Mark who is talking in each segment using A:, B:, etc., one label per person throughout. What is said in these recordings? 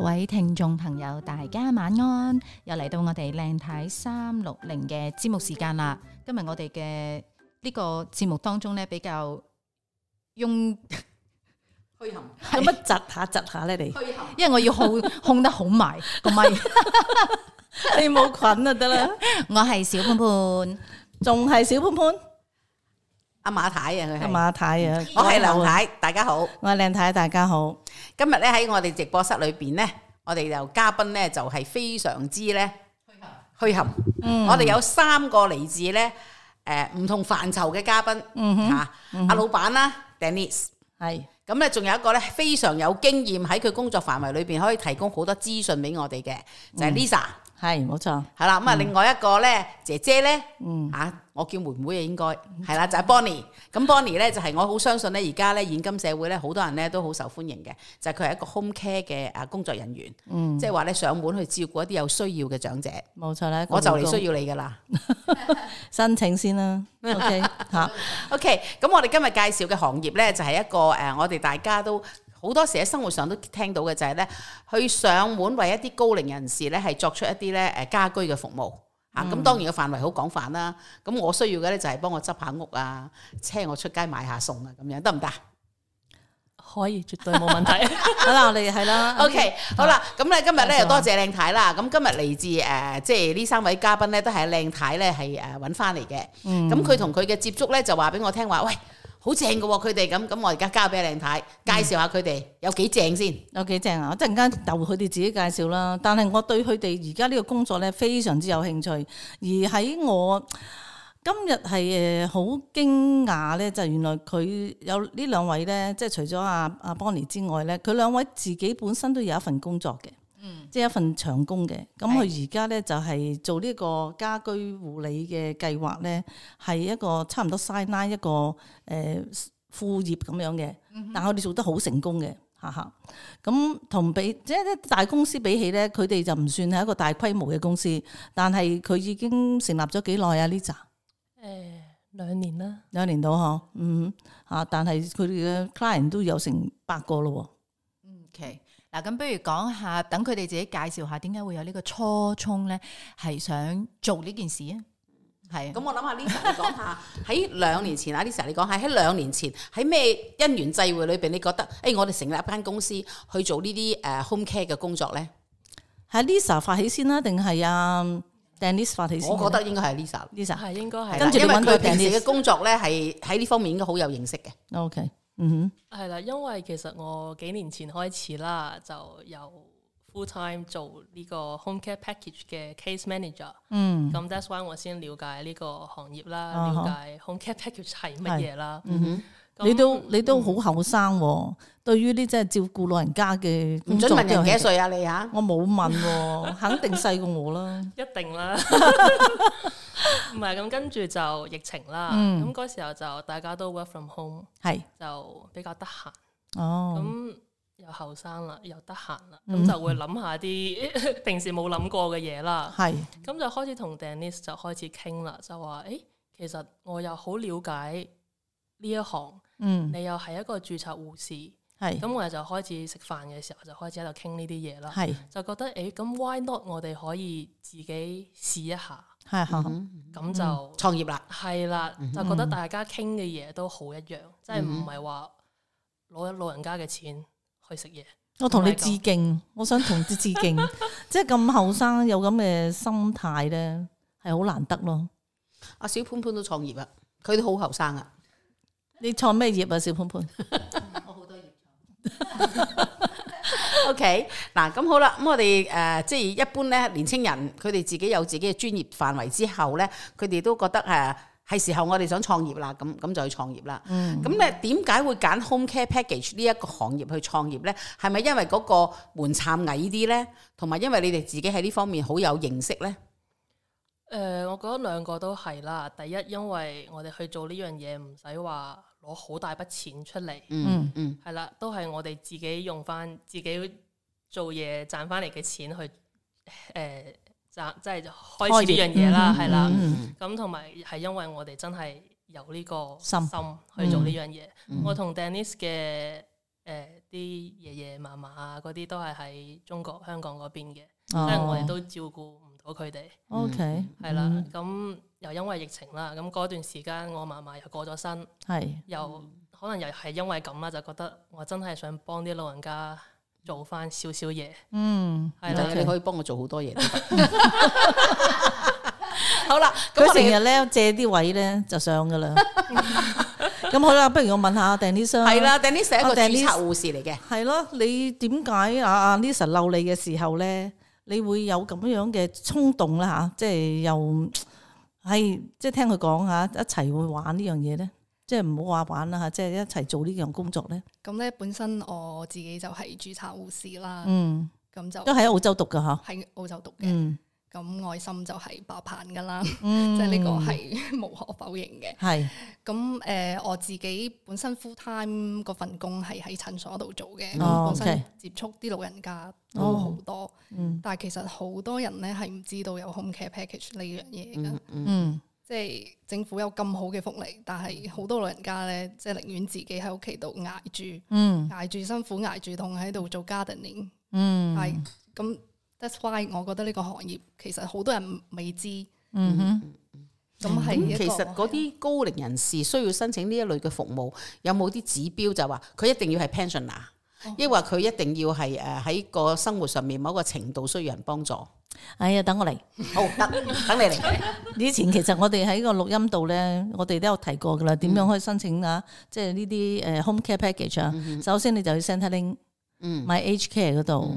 A: 位聽眾朋友，大家晚安！又嚟到我哋靚太三六零嘅節目時間啦。今日我哋嘅呢個節目當中咧，比較 用，
B: 虛含，
A: 係
B: 有乜窒下窒下咧？你 虛含，
A: 因為我要控控得好 埋個 咪。
B: 你冇菌就得啦，
A: 我係小潘潘，
B: 仲係小潘潘
C: 阿馬太啊，佢
B: 阿
C: 係，
B: 馬太啊，
C: 我係梁，太，大家好。
B: 我係靚太，大家好。
C: 今日咧喺我哋直播室裏邊咧，我哋就嘉賓咧就係非常之咧虛含，
B: 嗯
C: 我哋有三個嚟自咧誒唔同範疇嘅嘉賓
B: 嗯
C: 嚇，阿老闆啦，Denise。
B: 係
C: 咁咧，仲有一個咧非常有經驗喺佢工作範圍裏邊可以提供好多資訊俾我哋嘅，就
B: 嗯
C: 係 Lisa
B: 係冇錯，
C: 係啦。咁啊，另外一個咧姐姐咧，啊，我叫妹妹啊，應該係啦，就係 Bonnie。咁 Bonnie 咧就係我好相信咧，而家咧現今社會咧，好多人咧都好受歡迎嘅，就係佢係一個 home care 嘅啊工作人員，即係話咧上門去照顧一啲有需要嘅長者。
B: 冇錯咧。
C: 我就嚟
B: 廣告
C: 需要你噶啦。
B: 申請先啦。OK 吓，
C: OK，咁我哋今日介紹嘅行業呢，就係、一個誒、呃我哋大家都好多時喺生活上都聽到嘅就係呢：去上門為一啲高齡人士呢，係作出一啲呢誒家居嘅服務。啊，咁當然個範圍好廣泛啦。咁我需要嘅呢，就係幫我執下屋啊，車我出街買下餸啊，咁樣得唔得
B: 可以絕對冇問 題。好啦，我哋係啦。
C: ？OK，好啦，咁咧今日
B: 啊多謝
C: 呢，
B: 啊
C: 又多謝靚太啦。咁今日嚟自誒、呃即係呢三位嘉賓呢，都係靚太呢，係誒揾翻嚟嘅。
B: 咁
C: 咁佢同佢嘅接觸咧就話俾我聽話，喂，好正嘅喎，佢哋咁，咁我而家交俾阿靚
B: 嗯
C: 太介紹下佢哋有幾正先。
B: 有幾正啊！我一陣間由佢哋自己介紹啦。但係我對佢哋而家呢個工作咧非常之有興趣，而喺我今日係誒呃好驚訝咧，就原來佢有呢兩位咧，即係除咗阿阿 Bonnie 之外咧，佢兩位自己本身都有一份工作嘅。即係一份長工嘅，咁佢而家咧就係做呢個家居護理嘅計劃咧，係一個差唔多 side line 一個誒、呃副業咁樣嘅，但係佢哋做得好成功嘅，哈哈。咁同比即係大公司比起咧，佢哋就唔算係一個大規模嘅公司，但係佢已經成立咗幾耐啊？呢扎
D: 诶，兩年啦，
B: 兩年到嗬，嗯嚇，但係佢哋嘅 client 都有成百個咯
A: OK，嗱咁不如講下，等佢哋自己介紹下點解會有呢個初衷咧，係想做呢件事啊？係
C: 咁
A: 啊，
C: 我諗下 Lisa 你講 下喺兩年前啊，Lisa 你講下喺兩年前喺咩因緣際會裏邊，你覺得誒、哎我哋成立一間公司去做呢啲誒 home care 嘅工作咧？
B: 喎。係啊 Lisa 發起先啦，定係啊 Dennis 發起先嘅
C: 我
B: 咧？
C: 覺得應該係 Lisa。
B: Lisa
D: 係應該係
B: 跟住
C: 因
B: 你
C: 為
B: 揾到
C: 佢平時
B: Denise
C: 嘅工作咧係喺呢方面應該好有認識嘅。
B: OK，嗯
D: 係啦，因為其實我幾年前開始啦，就由 full time 做呢個 home care package 嘅 case manager，
B: 哼，嗯
D: 咁 that's why 我先了解呢個行業啦，
B: 啊哈
D: 了解 home care package 係乜嘢啦。
C: 嗯
D: 咁嗯
B: 你都你都好後生喎，對於呢即係照顧老人家嘅
C: 哼，唔
B: 工
C: 準
B: 作
C: 問人
B: 都
C: 幾
B: 有
C: 多
B: 興趣
C: 歲啊你嚇？
B: 我冇問喎，肯定細過我啦。
D: 一 定啦，唔係咁跟住就疫情啦，
B: 嗯
D: 咁嗰、時候就大家都 work from home，
B: 係
D: 就比較得閒。
B: 哦，
D: 咁又後生啦，又得閒啦，
B: 嗯
D: 咁就會諗下啲 平時冇諗過嘅嘢啦。
B: 係
D: 咁就開始同 Dennis 就開始傾啦，就話誒、欸其實我又好了解呢一行，
B: 嗯
D: 你又係一個註冊護士，
B: 係
D: 咁我哋就開始食飯嘅時候就開始喺度傾呢啲嘢啦，
B: 係
D: 就覺得誒咁、why not 我哋可以自己試一下，
B: 係嚇
D: 咁就。
B: 嗯
C: 創業哦啦，
D: 係啦，就覺得大家傾嘅嘢都好一樣，即係
B: 嗯
D: 唔係話攞咗老人家嘅錢去食嘢，
B: 我同你致敬，我想同你致敬，即係咁後生有咁嘅心態咧，係好難得咯。
C: 阿小潘潘都創業啊，佢都好後生 啊。
B: 你創咩業啊，小潘潘？
C: O K，嗱咁好啦，咁我哋誒、呃即係一般咧，年青人佢哋自己有自己嘅專業範圍之後咧，佢哋都覺得誒係、時候我哋想創業啦，咁咁就去創業啦。
B: 嗯
C: 咁咧點解會揀 home care package 呢一個行業去創業咧？係咪因為嗰個門檻矮啲咧？同埋因為你哋自己喺呢方面好有認識咧？
D: 誒、呃我覺得兩個都係啦。第一，因為我哋去做呢樣嘢唔使話攞好大筆錢出嚟，
C: 嗯嗯
D: 係啦，都係我哋自己用翻自己做嘢賺翻嚟嘅錢去誒、呃賺，即係開始呢樣嘢啦，係啦。
B: 嗯
D: 咁同埋係因為我哋真係有呢個
B: 心嗯
D: 去做呢樣嘢。我同 Dennis 嘅誒啲爺爺嫲嫲啊嗰啲都係喺中國香港嗰邊嘅，
B: 哦
D: 所以我哋都照顧唔到佢哋，
B: OK，
D: 係啦。
C: 嗯
D: 咁又因為疫情啦，咁嗰段時間我嫲嫲又過咗身，
B: 係
D: 又
C: 嗯
D: 可能又係因為咁啦，就覺得我真係想幫啲老人家做翻少少嘢，
B: 嗯，
D: 係
C: 但係你
D: 啦，
C: 可以幫我做好多嘢都得。好啦，咁
B: 佢
C: 我
B: 成
C: 哋
B: 日咧借啲位咧就上噶啦。咁好啦，不如我問下啊 Denise 啦
C: 係，啦，Denise 係一個
B: 我
C: 註
B: Denise-
C: 冊護士嚟嘅。
B: 係咯，你點解啊啊 Lisa 嬲你嘅時候咧，你會有咁樣嘅衝動啦吓，即係又係即係聽佢講吓，一齊會玩呢樣嘢咧，即係唔好話玩啦吓，即係一齊做呢樣工作咧，
E: 咁咧本身我自己就係註冊護士啦，
B: 嗯，
E: 咁就
B: 都喺澳洲讀噶吓，
E: 喺澳洲讀嘅。
B: 嗯，
E: 咁愛心就係爆棚噶啦，
B: 嗯
E: 即係呢個係 無可否認嘅。
B: 係
E: 咁誒、呃我自己本身 full time 嗰份工係喺診所度做嘅，咁、
B: 哦
E: 本身
B: OK
E: 接觸啲老人家都
B: 哦
E: 好多，
B: 嗯
E: 但係其實好多人咧係唔知道有 home care package 呢樣嘢㗎。
C: 嗯嗯
B: 嗯
E: 即係政府有咁好嘅福利，但係好多老人家咧，即係寧願自己喺屋企度捱住，
B: 嗯
E: 捱住辛苦，捱住痛喺度做 gardening，
B: 嗯，
E: 係咁。That's why 我覺得呢個行業其實好多人未知，
B: 嗯哼，
E: 咁
B: 嗯
E: 係一
C: 咁
E: 個
C: 其實嗰啲高齡人士需要申請呢一類嘅服務，有冇啲指標就話佢一定要係 pensioner，抑或佢一定要係誒喺個生活上面某一個程度需要人幫助？好
B: 哎呀，等我嚟。
C: 得，等你嚟。
B: 以前其實我哋喺個錄音度咧，我哋都有提過噶啦，點樣可以申請啊？即係呢啲誒 home care package 啊。首先你就去 Centrelink
C: 嗯
B: 買 H care 嗰度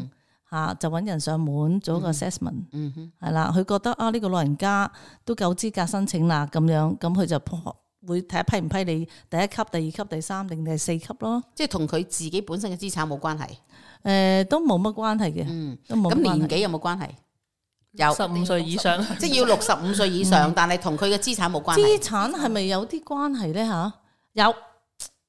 B: 嚇，就揾人上門做一個 assessment
C: 嗯哼
B: 係啦。佢覺得啊，呢個老人家都夠資格申請啦，咁樣咁佢就破會睇批唔批你第一級、第二級、第三定第四級咯。
C: 即係同佢自己本身嘅資產冇關係。
B: 誒都冇乜關係嘅，
C: 嗯，
B: 都冇
C: 咁
B: 乜關
C: 年
B: 係。
C: 紀有冇關係？有，
D: 十五歲以上，
C: 即係要六十五歲以上，但係同佢嘅資產冇關
B: 資
C: 係。
B: 產係咪有啲關係咧？吓，有，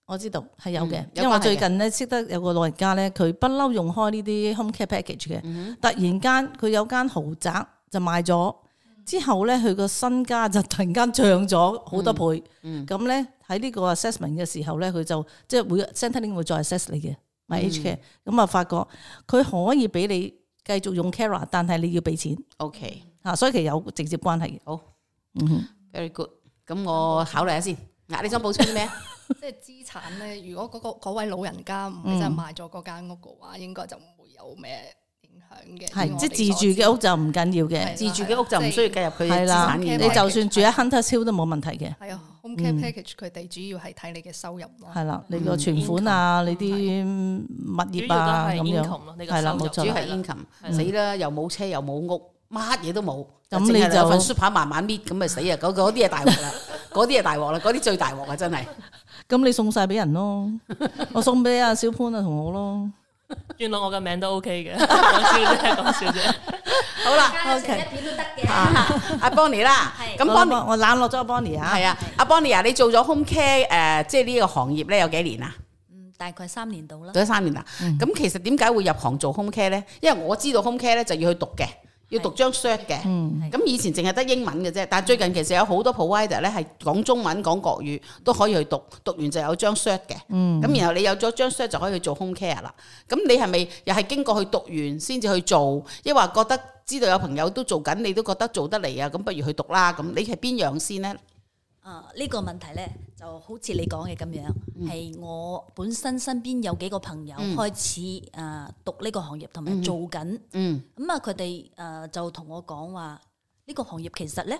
B: 我知道係有嘅
C: 嗯，有
B: 因為我
C: 關係嘅
B: 最近咧識得有個老人家咧，佢不嬲用開呢啲 home care package
C: 嗯
B: 嘅，突然間佢有間豪宅就賣咗，之後咧佢個身家就突然間漲咗好多倍，
C: 嗯
B: 咁咧喺呢個 assessment 嘅時候咧，佢就即係會 Centrelink 會再 assess 你嘅，
C: 嗯
B: 買 H care，咁啊發覺佢可以俾你繼續用 care，但係你要俾錢
C: ，OK，
B: 嚇，所以其實有直接關係嘅。
C: 好
B: 嗯哼。
C: ，very good。咁我考慮下先。嗱，你想補充啲咩？
E: 即係資產咧。如果嗰、個嗰位老人家唔係真係賣咗嗰間屋嘅話，應該就唔會有咩影響嘅。以
B: 嗯係
E: 我
B: 即係
E: 哋所
B: 自住嘅
E: 知
B: 屋就唔緊要嘅，
E: 係
C: 自住嘅屋就唔需要計入佢
B: 係
C: 嘅資
B: 啦，
C: 產
B: 你
C: 面
E: 嘅
C: 內。
B: 就算住喺 Hunter Hill 都冇問題嘅，
E: 係啊，home care package 佢哋主要係睇你嘅收入咯。
B: 嗯係啦，你
C: 嗯
B: 個存款啊，你啲物
D: 主要
B: 業
D: 都
B: 啊
D: 係
B: 咁
D: income
B: 樣，
D: 咯，你
B: 係
D: 個
B: 啦
D: 收入
B: 冇錯
C: 主要
B: 啦
C: 係 income，死啦，又冇車又冇屋，乜嘢都冇，
B: 咁
C: 淨係
B: 你
C: 有
B: 就
C: 份 super 慢慢搣，咁咪死啊！嗰嗰啲嘢大鑊啦，嗰啲嘢大鑊啦，嗰啲最大鑊啊！真係，
B: 咁你送晒俾人 咯，我送俾阿小潘啊同我咯，
D: 原來我嘅名都 OK 嘅， 講笑啫，講笑啫。
C: 好啦，
F: 加咗成一片都得嘅。
C: 啊阿 Bonnie 啦，
F: 係
C: 咁
B: 我
C: Bonnie
B: 我冷落咗阿 Bonnie 啊，
C: 係啊，阿 Bonnie 啊，你做咗 home care 誒，即係呢個行業咧有幾年啊？
F: 嗯，大概三年到啦。
C: 做咗三年啦。嗯咁其實點解會入行做 home care 咧？因為我知道 home care 咧就要去讀嘅，要讀張 cert 嘅。
B: 嗯
F: 係
C: 咁以前淨係得英文嘅啫，但係最近其實有好多 provider 咧係講中文、講國語都可以去讀，讀完就有張 cert 嘅。
B: 嗯
C: 咁然後你有咗張 cert 就可以去做 home care 啦。咁你係咪又係經過去讀完先至去做，抑或覺得知道有朋友都做緊，你都覺得做得嚟啊？咁不如去讀啦。咁你係邊樣先呢？
F: 啊，呢個問題咧就好似你講嘅咁樣，係我本身身邊有幾個朋友
C: 嗯
F: 開始啊讀呢個行業，同埋做緊。
C: 嗯
F: 咁啊，佢哋誒就同我講話，呢個行業其實咧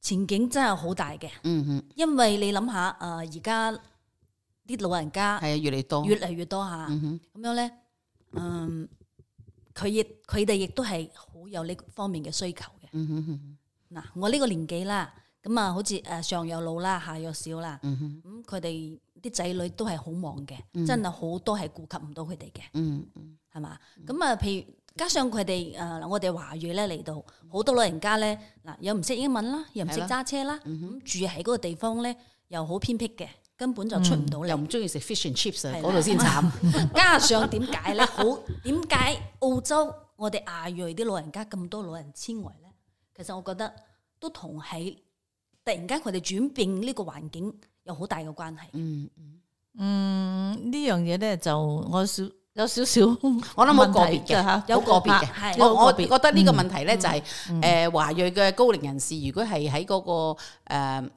F: 前景真係好大嘅，
C: 嗯嗯，
F: 因為你諗下誒呃而家啲老人家
C: 係啊，越嚟越多。
F: 越嚟越多嚇，
C: 嗯哼，
F: 咁樣咧，嗯，佢亦佢哋亦都係好有呢方面嘅需求嘅。
C: 嗯哼嗯
F: 嗱，我呢個年紀啦，咁啊，好似誒上有老啦，下有少啦，
C: 嗯哼
F: 咁佢哋啲仔女都係好忙嘅，
C: 嗯
F: 真係好多係顧及唔到佢哋嘅，
C: 嗯嗯
F: 係嘛？咁啊，譬如加上佢哋誒，我哋華語咧嚟到，好多老人家咧，嗱，又唔識英文啦，又唔
C: 嗯
F: 識
C: 係嗯
F: 揸車啦，咁住喺嗰個地方咧，又好偏僻嘅，根本就出唔到
C: 又
F: 嚟。
C: 唔中意食 fish and chips 啊，
F: 係啦
C: 嗰度先慘。
F: 加上點解咧？好點解澳洲我哋亞裔啲老人家咁多老人痴呆咧？其實我覺得都同喺突然間佢哋轉變呢個環境有好大嘅關係。
C: 嗯
B: 嗯，呢樣嘢咧就我少有少少
C: 我諗好個
B: 問
C: 別
B: 題㗎
C: 嘅
B: 嚇，
C: 有個別
F: 係
C: 嘅。嗯
F: 有
C: 我我
B: 個別嗯
C: 覺得呢個問題咧就係誒華裔嘅高齡人士，如果係喺嗰個誒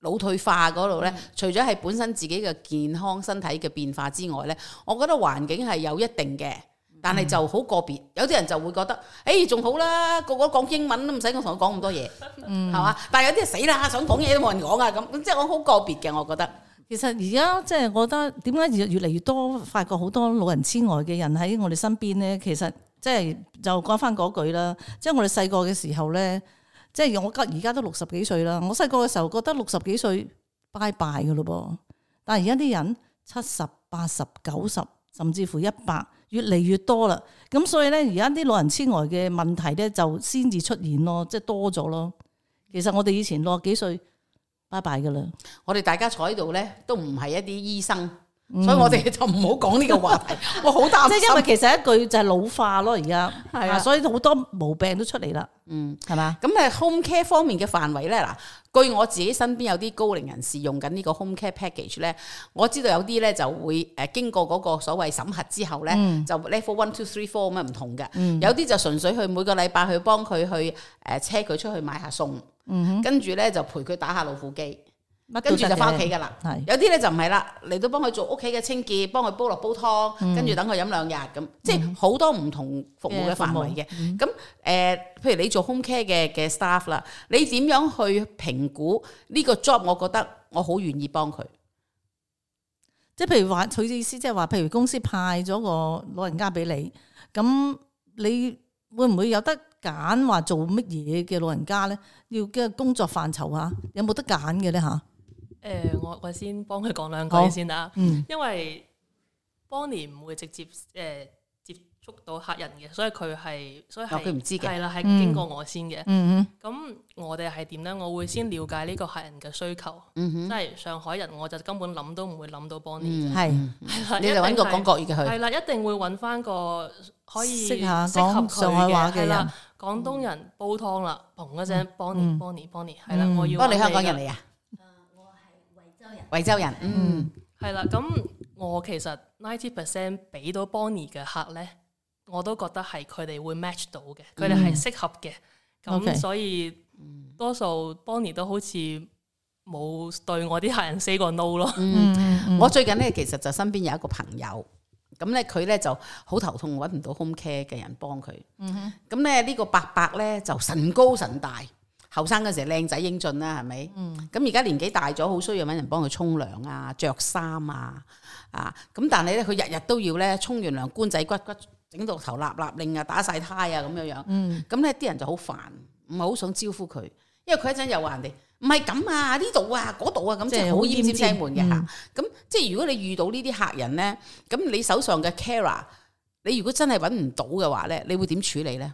C: 腦退化嗰度咧，
B: 嗯
C: 除咗係本身自己嘅健康身體嘅變化之外咧，我覺得環境係有一定嘅。但
B: 嗯
C: 係就好個別，有啲人就會覺得，誒仲好啦，個個都講英文都唔使我同佢講咁多嘢，
B: 嗯
C: 係嘛？但係有啲人死啦，想講嘢都冇人講啊，咁咁即係我好個別嘅，我覺得。
B: 其實而家即係我覺得點解越越嚟越多發覺好多老人痴呆嘅人喺我哋身邊咧？其實即係就講翻嗰句啦，即係我哋細個嘅時候咧，即係我而家都六十幾歲啦。我細個嘅時候覺得六十幾歲拜拜噶咯噃，但係而家啲人七十、八十、九十，甚至乎一百，越嚟越多啦。咁所以咧，而家啲老人痴呆嘅問題咧，就先至出現咯，即係多咗咯。其實我哋以前六十幾歲拜拜噶啦。
C: 我哋大家坐喺度咧，都唔係一啲醫生，
B: 嗯
C: 所以我哋就唔好講呢個話題。我好擔
B: 即
C: 心。啊
B: 係因為其實一句就係老化咯，而家
C: 係啊
B: 啊所以好多毛病都出嚟啦，
C: 嗯，
B: 係嘛？
C: 咁誒 home care 方面嘅範圍咧，嗱，據我自己身邊有啲高齡人士用緊呢個 home care package 咧，我知道有啲咧就會誒經過嗰個所謂審核之後咧，就 level one two three four 咁樣唔同嘅，有啲就純粹去每個禮拜去幫佢去誒車佢出去買下餸，跟住咧就陪佢打下老虎機，
B: 乜都
C: 跟
B: 得
C: 住就翻屋企噶啦。
B: 嘅，係
C: 有啲咧就唔係啦，嚟到幫佢做屋企嘅清潔，幫佢煲落煲湯，跟住等佢飲兩日
B: 嗯
C: 咁，即係好多唔同服務嘅範圍嘅。咁誒、呃譬如你做 home care 嘅嘅 staff 啦，你點樣去評估呢個 job？我覺得我好願意幫佢。
B: 即係譬如話，佢意思即係話，譬如公司派咗個老人家俾你，咁你會唔會有得揀話做乜嘢嘅老人家咧？要嘅工作範疇啊，有冇得揀嘅咧吓？
D: 诶、我我先幫佢講兩
B: 好
D: 句先啦，
B: 嗯
D: 因為邦尼唔會直接诶、接觸到客人嘅，所以佢係所以
C: 哦
D: 係
C: 佢唔知嘅
D: 係啦，係
B: 嗯
D: 經過我先嘅。
B: 嗯
D: 咁、我哋係點呢？我會先了解呢個客人嘅需求，
C: 嗯哼
D: 即，係上海人我就根本諗都唔會諗到邦尼。
C: 嗯
B: 嗯，係
D: 係啦
C: 你就揾個
D: 一定係
C: 講國語嘅佢。
D: 係啦，一定會揾翻個可以
B: 識下
D: 適合
B: 講
D: 佢
B: 上海話嘅
D: 係啦
B: 人。
D: 廣東人煲湯啦，砰一聲
B: 嗯
D: ，Bonnie，Bonnie，Bonnie，係啦，我要
C: 幫你
D: 揾
C: 香港
D: 㗎
C: 人嚟啊？我係惠州人。惠州人，嗯，
D: 係啦，咁我其實 ninety percent 俾到 Bonnie 嘅客咧，我都覺得係佢哋會 match 到嘅，佢哋係適合嘅。咁、
B: OK
D: 所以多數 Bonnie 都好似冇對我啲客人 say 過 no 咯。
B: 嗯
C: 我最近咧，其實就身邊有一個朋友，咁咧佢咧就好頭痛，揾唔到 home care 嘅人幫佢。咁咧呢個伯伯咧就神高神大，後生嗰時靚仔英俊啦，係咪？咁而家年紀大咗，好需要揾人幫佢沖涼啊、着衫啊，啊咁但係咧佢日日都要咧沖完涼，官仔骨骨整到頭立立令啊，打晒胎啊咁樣樣。
B: 嗯
C: 咁咧啲人就好煩，唔係好想招呼佢，因為佢一陣又話人哋唔係咁啊，呢度啊，嗰度啊，咁
B: 即
C: 即
B: 係
C: 係
B: 好
C: 好奄
B: 奄
C: 尖聲
B: 尖嗯
C: 悶嘅嚇。咁即係如果你遇到呢啲客人咧，咁你手上嘅 carer，你如果真係揾唔到嘅話咧，你會點處理咧？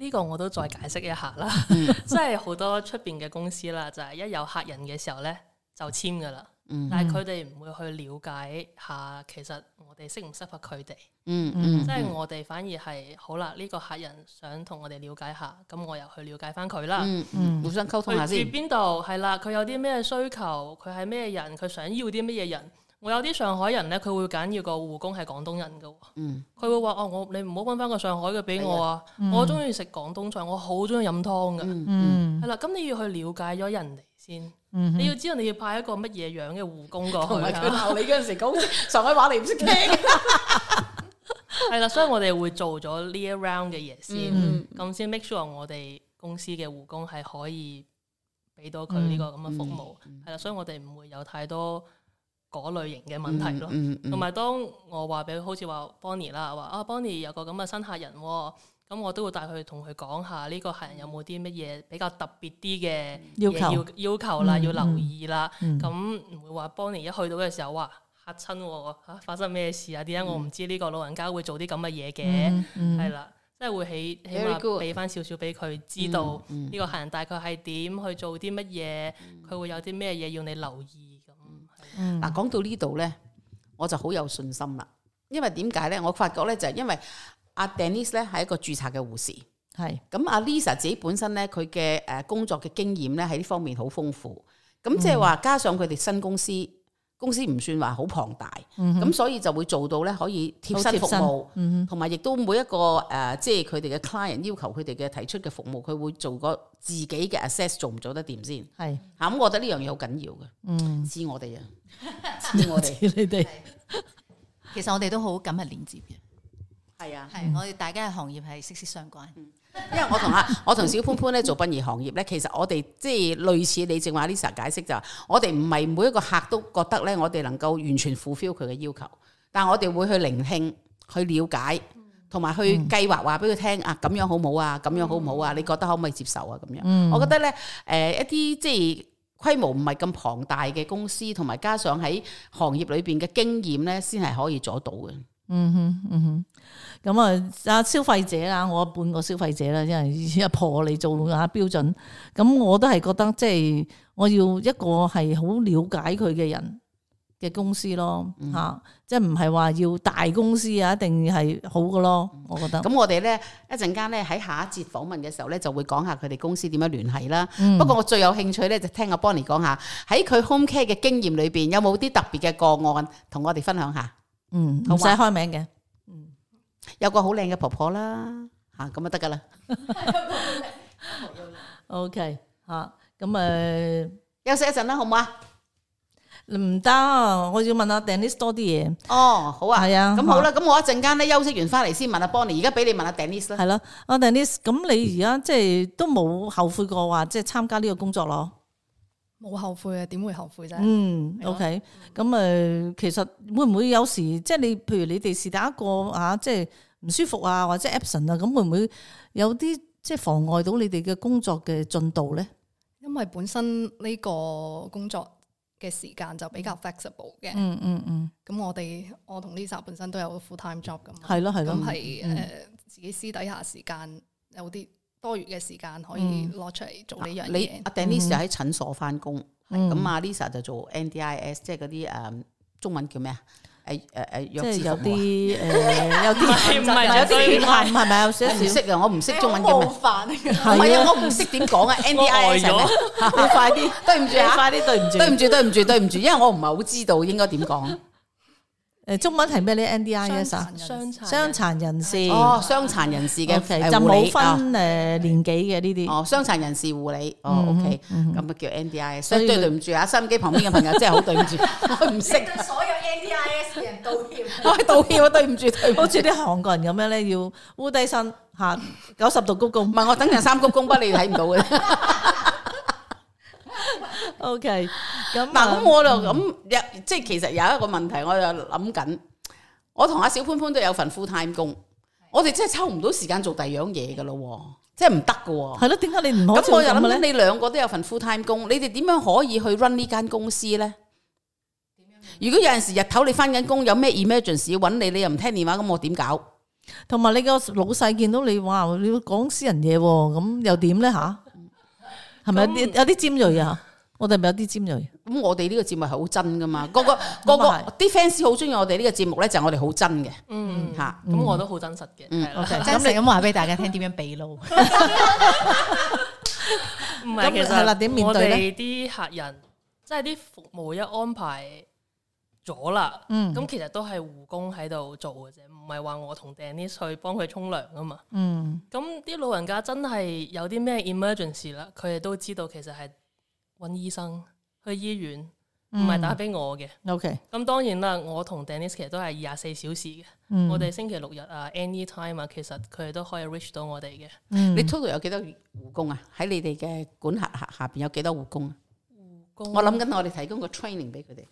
D: 呢個我都再解釋一下啦，
C: 嗯
D: 即係好多出邊嘅公司啦，就係、一有客人嘅時候咧就簽噶啦，
C: 嗯
D: 但係佢哋唔會去了解下其實我哋適唔適合佢哋。
C: 嗯嗯，
D: 即係我哋反而係好啦，呢、個客人想同我哋了解下，咁我又去了解翻佢啦。
C: 嗯嗯，互相溝通
D: 佢
C: 下
D: 住
C: 先。
D: 邊度係啦，佢有啲咩需求，佢係咩人，佢想要啲乜嘢人。我有啲上海人咧，佢會揀要個護工係廣東人嘅喎，
C: 嗯
D: 佢會話哦，我你唔好揾翻個上海嘅俾我啊，我中意食廣東菜，我好中意飲湯嘅。
C: 嗯
B: 嗯
D: 係啦，咁你要去了解咗人哋先，
B: 嗯
D: 你要知道你要派一個乜嘢樣嘅護工過
C: 同埋
D: 去
C: 佢
D: 啊。
C: 鬧你嗰陣時講 上海話你唔識聽。
B: 嗯
D: 係啦，所以我哋會做咗呢一 round 嘅嘢先。
C: 嗯
D: 咁先 make sure 我哋公司嘅護工係可以俾到佢呢個咁嘅服務，
C: 嗯
D: 係啦、所以我哋唔會有太多嗰類型嘅問題咯。
C: 嗯嗯
D: 同埋、當我話俾好似話 Bonnie 啦，話啊 Bonnie 有個咁嘅新客人、喎，咁我都會帶佢同佢講下呢個客人有冇啲乜嘢比較特別啲嘅
B: 要
D: 嘢
B: 求
D: 要要求啦，
B: 嗯
D: 要留意啦。
B: 嗯
D: 咁唔會話 Bonnie 一去到嘅時候，哇嚇親喎嚇發生咩事啊？點解我
B: 嗯
D: 唔知呢個老人家會做啲咁嘅嘢嘅？係啦，即係會起起
C: Very good
D: 碼俾翻少少俾佢知道
C: 嗯嗯
D: 呢個客人大概係點去做啲乜嘢，
C: 嗯
D: 佢會有啲咩嘢要你留意 咁。係
B: 嗯
C: 嗱，講到呢度咧，我就好有信心啦。因為點解咧？我發覺咧就係因為阿 Denise 咧係一個註冊嘅護士。
B: 係
C: 呃咁阿 Lisa 自己本身咧，佢嘅誒工作嘅經驗咧喺呢方面好豐富。咁即係話加上佢哋新公司，公司唔算話好龐大，咁、所以就會做到咧可以嗯貼身服嗯務，同埋亦都每一個诶、呃即係佢哋嘅 client 要求佢哋嘅提出嘅服務，佢會做個自己嘅 assess 做唔做得掂先
B: 係，
C: 啊吓。咁、我覺得呢樣嘢好緊要嘅，
B: 嗯，
C: 知我哋啊，知我哋
B: 你哋
A: 其實我哋都好緊密連接嘅，
C: 係啊。
A: 係我哋大家嘅行業係息息相關。
C: 因為我同阿我同小潘潘咧做殯儀行業咧，其實我哋即係類似你正話 Lisa 解釋就係，我哋唔係每一個客都覺得咧，我哋能夠完全 fulfill 佢嘅要求，但係我哋會去聆聽、去了解，同埋去計劃話俾佢聽啊，咁樣好唔好啊？咁樣好唔好啊？你覺得可唔可以接受啊？咁樣，我覺得咧，誒、一啲即係。規模唔係咁龐大嘅公司，同埋加上喺行業裏邊嘅經驗咧，先係可以做到嘅。
B: 嗯哼，嗯哼，咁啊，啊消費者啦，我半個消費者啦，因為一破你做下標準，咁我都係覺得即係我要一個係好了解佢嘅人嘅公司咯，
C: 嗯
B: 吓、即係唔係話要大公司啊，一定係好嘅咯，
C: 嗯
B: 我覺得。
C: 咁我哋咧一陣間咧喺下一節訪問嘅時候咧，就會講下佢哋公司點樣聯繫啦。
B: 嗯
C: 不過我最有興趣咧，就聽阿 Bonnie 講下喺佢 home care 嘅經驗裏邊，有冇啲特別嘅個案同我哋分享下？
B: 嗯，唔使開名嘅，
C: 有個好靚嘅婆婆啦，嚇咁就得噶啦。
B: ，OK，吓、咁诶。呃
C: 休息一陣啦，好唔好啊？
B: 唔得，啊我要問下 Dennis 多啲嘢。
C: 哦，好啊，
B: 係啊
C: 咁好啦，咁我一陣間咧休息完翻嚟先問阿 Bonnie，而家俾你問阿 Dennis 啦。
B: 係咯，阿 Dennis，咁你而家即係都冇後悔過話，即係參加呢個工作咯。
E: 冇後悔啊，點會後悔啫？
B: 嗯
E: 係咯
B: ，OK，咁誒，其實會唔會有時即係你，譬如你哋是但一個啊，即係唔舒服啊，或者 absent 啊，咁會唔會有啲即係妨礙到你哋嘅工作嘅進度咧？
E: 因為本身呢個工作嘅時間就比較 flexible 嘅，咁、
B: 嗯嗯嗯，
E: 我哋我同 Lisa 本身都有 full time job 噶嘛，
B: 係咯係咯，
E: 咁係
C: 嗯
E: 誒自己私底下時間有啲多餘嘅時間可以攞出嚟做呢樣
C: 嗯你啊
E: 嘢，
C: 阿 Dennis 就喺診所翻工，
B: 嗯
C: 咁阿 Lisa 就做 NDIS，即係嗰啲誒中文叫咩啊？誒誒誒，
B: 即
C: 藥
B: 係
C: 師
B: 有
C: 服務啊
B: 啲誒，有啲
D: 唔係
B: 有啲缺
D: 唔係
B: 陷係咪有少
C: 我唔
B: 少？
C: 識啊，我唔識中文叫咩？
B: 係
C: 唔係啊，
B: 啊，
C: 我唔識點 講啊，NDIS 係
D: 我
C: 咩？你快啲，對唔住
B: 你
C: 嚇，
B: 快啲對唔住，
C: 對唔住，對唔住，對唔住，因為我唔係好知道應該點講。
B: 誒中文係咩咧？NDIS 啊，
D: 傷殘
B: 傷殘人士。
C: 哦，傷殘人士嘅
B: OK，
C: 誒
B: 就
C: 護
B: 冇
C: 理
B: 分
C: 啊
B: 誒年紀嘅呢啲。
C: 哦，傷殘人士護理，哦，OK，咁
B: 嗯
C: 啊叫 NDIS，所
B: 所以
C: 以
B: 佢
C: 對對唔住啊，收音機旁邊嘅朋友真係好對唔 住， 我唔識，
F: 所有 NDIS 嘅人道歉。
C: 我道歉啊，對唔住，對唔住
B: 好似啲韓國人咁樣咧，要烏低身嚇九十度鞠
C: 唔
B: 躬。
C: 係我等陣三鞠躬不你睇唔到嘅。
B: O K，咁
C: 嗱，咁
B: 啊，
C: 我就咁有，即係其實有一個問題，我就諗緊。我同阿小潘潘都有份 full time 工，我哋真係抽唔到時間做第二樣嘢噶咯喎，即係唔得噶喎。
B: 係咯，點解你唔好
C: 咁我又
B: 諗
C: 諗
B: 咧
C: 緊？你兩個都有份 full time 工，你哋點樣可以去 run 呢間公司呢？如果有陣時日頭你翻緊工，有咩 emergency 揾你，你又唔聽電話，咁我點搞？
B: 同埋你個老細見到你，哇！你要講私人嘢喎，咁又點咧吓？係咪有啲有啲尖鋭啊？我哋係咪有啲尖鋭？
C: 咁我哋呢個節目係好真噶嘛，個個個個
B: 啊係
C: 啲 fans 好中意我哋呢個節目呢，就係我哋好真嘅
D: 嗯，
C: 嚇。
D: 咁我都好真實嘅，
C: 嗯
D: 係啦
B: OK
A: 真實咁話俾大家聽點樣秘撈。
D: 唔
B: 咁
D: 係其
B: 係啦
D: 實
B: 點面對呢
D: 我哋啲客人即係啲服務一安排咗啦，咁、
B: 嗯
D: 其實都係護工喺度做嘅啫，唔係話我同 Dennis 去幫佢沖涼啊嘛。
B: 嗯
D: 咁啲老人家真係有啲咩 emergency 啦，佢哋都知道其實係揾醫生去醫院，
B: 嗯
D: 唔係打俾我嘅。
B: ，O K，
D: 咁當然啦，我同 Dennis 其實都係廿四小時嘅，
B: 嗯
D: 我哋星期六日啊，anytime 啊，其實佢哋都可以 reach 到我哋嘅。
B: 嗯
C: 你 total 有幾多護工啊？喺你哋嘅管轄下下邊有幾多護工啊？
B: 哦
D: 工
C: 我諗緊我哋提供個 training 俾佢哋。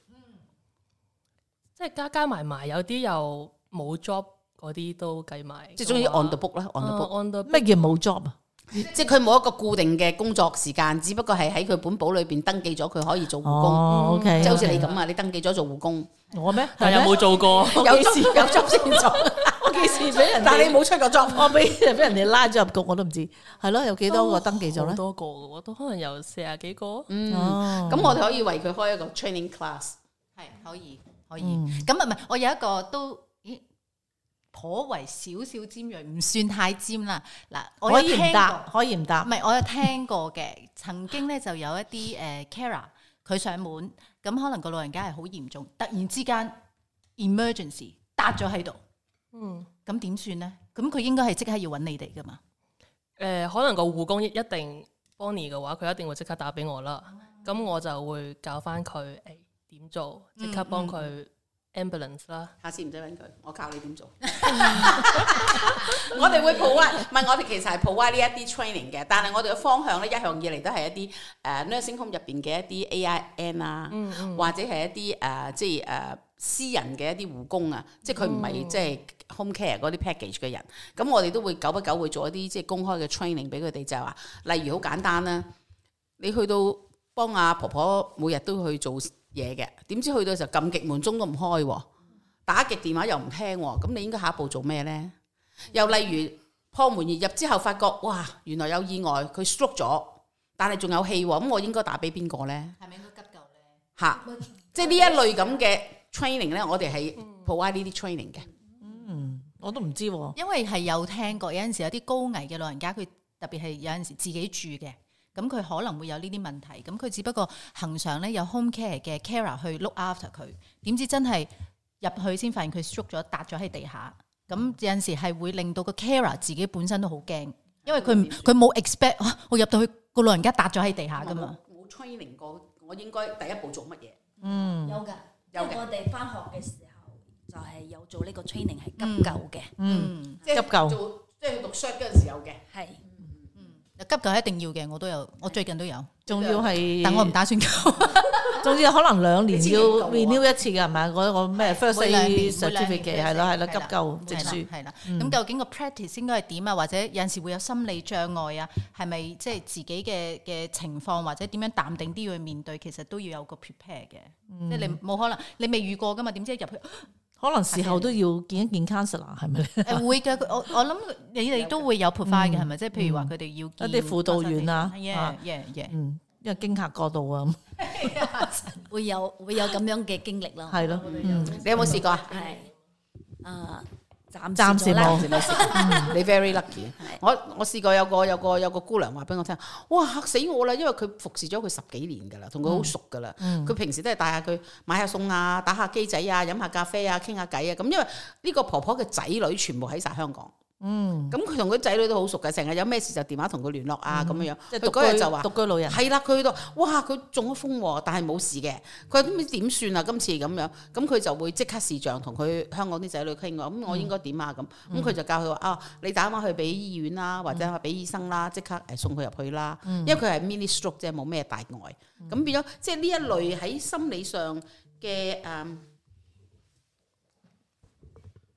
D: 即係加加埋埋，有啲又冇 job 嗰啲都計埋嘅話，
C: 即係終於 on the book 啦，on
B: 哦
C: the book，
D: 啊 on the book
B: 咩叫冇 job 啊？
C: 即係佢冇一個固定嘅工作時間，只不過係喺佢本簿裏邊登記咗佢可以做護工，
B: 哦，O K，
C: 即係好似你咁啊，你登記咗做護工，
B: 我咩？
D: 但有
B: 係咩
D: 冇做過？
C: 有 job 有 job 先做，
B: 我幾時俾人哋？
C: 但係你冇出過 job。
B: 我 俾俾人哋拉咗入局，我都唔知。係咯，有幾多個登記咗
D: 好
B: 咧？
D: 多個嘅喎，都可能有四十幾個。
B: 哦
C: 嗯咁我哋可以為佢開一個 training class。
A: 係可以可以。
B: 嗯
A: 咁啊唔係，我有一個都咦，頗為少少尖鋭，唔算太尖啦。嗱，我
B: 可
A: 有
B: 以
A: 聽
B: 唔答
A: 過，，
B: 可以唔答
A: 唔。係我有聽過嘅。曾經咧就有一啲誒 Cara，佢上門，咁可能個老人家係好嚴重，突然之間 emergency 搭咗喺度，
D: 嗯，
A: 咁點算呢？咁佢應該係即刻要揾你哋噶嘛？
D: 诶、可能個護工一一定 Bonnie 嘅話，佢一定會即刻打俾我啦。咁我就會教翻佢诶點做，即刻幫佢 ambulance 啦。
C: 下次唔使揾佢，我教你點做。 我哋會 provide，唔係我哋其實係 provide 呢一啲 training 嘅，但係我哋嘅方向咧一向以嚟都係一啲誒、呃 nursing home 入邊嘅一啲 AIN 啊，
D: 嗯
C: 或者係一啲誒、呃即係誒、呃私人嘅一啲護工啊，即係佢唔係即係 home care 嗰啲 package 嘅人。咁我哋都會久不久會做一啲即係公開嘅 training 俾佢哋，就係、話，例如好簡單啦，你去到幫阿婆婆每日都去做嘢嘅，點知去到就撳極門鐘都唔開喎。打極電話又唔聽喎，咁你應該下一步做咩呢？又例如破門而入之後，發覺哇，原來有意外，佢 stroke 咗，但係仲有氣喎，咁我應該打俾邊個呢？
A: 係咪應該急救呢？
C: 吓，即係呢一類咁嘅 training 呢，我哋係 provide 呢啲 training 嘅。
B: 嗯，我都唔知喎。
A: 因為係有聽過，有陣時有啲高危嘅老人家，佢特別係有陣時自己住嘅，咁佢可能會有呢啲問題。咁佢只不過恒常咧有 home care 嘅 carer 去 look after 佢，點知真係入去先發現佢 stroke 咗，笪咗喺地下。咁有陣時係會令到個 carer 自己本身都好驚，因為佢唔佢冇 expect 啊我入到去個老人家笪咗喺地下噶嘛。
C: 冇 training 過，我應該第一步做乜嘢？
B: 嗯
F: 有㗎，因
C: 有
F: 為
C: 嘅
F: 我哋翻學嘅時候就係有做呢個 training 係急救嘅，
B: 嗯，
A: 嗯，
C: 即係
B: 急救
C: 做，即係讀 shot 嗰陣時有嘅。
F: 係
A: 急救係一定要嘅，我都有，我最近都有，
B: 仲要係，
A: 但我唔打算救。
B: 仲要可能兩年
C: 你知
B: 要
C: 點救喎
B: renew 一次嘅係咪？嗰個咩 first
A: 每兩年
B: aid
A: 每兩年
B: certificate 係啦係啦，急救嗯
A: 係
B: 證
A: 啦
B: 書。
A: 係啦。咁究竟個 practice 應該係點啊？或者有陣時會有心理障礙啊？係咪即係自己嘅嘅情況，或者點樣淡定啲去面對？其實都要有個 prepare 嘅，
B: 嗯
A: 即係你冇可能你未遇過噶嘛？點知一入 去
B: 可能事後都要見一見 counselor 係咪咧？
A: 誒會嘅。佢我我諗你哋都會有 provide 嘅係咪？即係譬如話佢哋要
B: 嗯一啲輔導員啊啊
A: y e
B: 嗯，因為驚嚇過度啊，
F: 會有會有咁樣嘅經歷咯。
B: 係咯，嗯
C: 你有冇試過啊？
F: 係啊，暫
B: 暫時
F: 時
B: 冇
F: 冇啦。
C: 你冇試過
B: 嗯
C: 你 very lucky
F: 係。
C: 我我試過有個有個有個姑娘話俾我聽，哇嚇死我啦！因為佢服侍咗佢十幾年㗎啦，同佢
B: 嗯
C: 好熟㗎啦。佢、平時都係帶下佢買下餸啊，打下機仔啊，飲下咖啡啊，傾下偈啊。咁因為呢個婆婆嘅仔女全部喺晒香港，
B: 嗯，
C: 咁佢同佢仔女都好熟嘅，成日有咩事就電話同佢聯絡啊咁樣樣。
B: 即係
C: 佢
B: 獨
C: 嗰日
B: 居
C: 就話。
B: 獨居老人。
C: 係啦，佢去到，哇！佢中咗風喎，但係冇事嘅。佢話都唔知點算啊？今次咁樣，咁佢就會即刻視像同佢香港啲仔女傾話，咁我應該點啊？咁咁佢就教佢話啊，你打電話去俾醫院啦，或者話俾醫生啦，即刻誒送佢入去啦。因為佢係 mini stroke 啫，冇咩大礙。咁變咗即係呢一類喺心理上嘅誒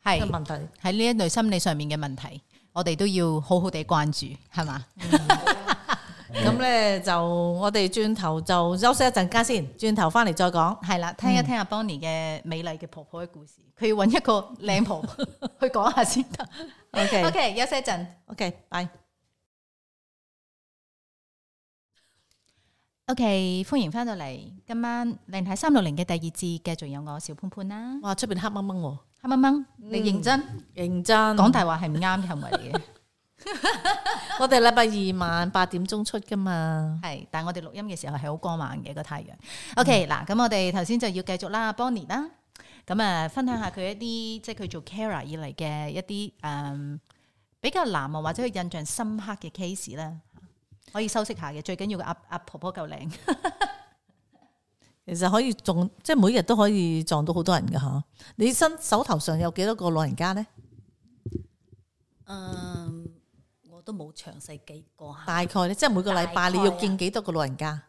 B: 嘅
A: 係
B: 問題，
A: 喺呢一類心理上面嘅問題，我哋都要好好地關注，係嘛？
B: 咁咧就我哋轉頭就休息一陣間先，轉頭翻嚟再講。
A: 係啦，聽一聽阿 Bonnie 嘅美麗嘅婆婆嘅故事，佢要揾一個靚 婆婆去講下 先得。
B: OK
A: OK，休息一陣。
B: OK，拜。
A: OK，歡迎翻到嚟，今晚靚太三六零嘅第二節，繼續有我小潘潘啦，
B: 哇，出邊黑掹掹喎，
A: 黑掹掹，你認真
B: 認真。
A: 講大話係唔啱嘅行為嚟嘅，
B: 我哋禮拜二晚八點鐘出噶嘛。
A: 係，但係我哋錄音嘅時候係好光猛嘅個太陽。OK，嗱，咁我哋頭先就要繼續啦，Bonnie 啦，咁啊分享下佢一啲即係佢做 Cara 以嚟嘅一啲誒、嗯比較難忘或者佢印象深刻嘅 case 啦，可以修飾下嘅，最緊要個阿阿婆婆夠靚，
B: 其實可以撞，即係每日都可以撞到好多人噶吓。你身手頭上有幾多個老人家咧？
F: 嗯，我都冇詳細記過下，
B: 大概咧，啊即係每個禮拜
F: 大概
B: 你要見幾多個老人家？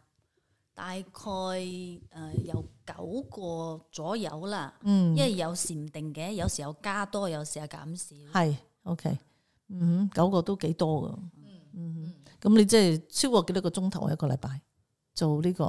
F: 大概誒有九個左右啦。
B: 嗯
F: 因，為有禪定嘅，有時候加多，有時候減少。
B: 係 OK。嗯哼，九個都幾多噶。嗯哼，咁你即係超過幾多個鐘頭啊一個禮拜做呢個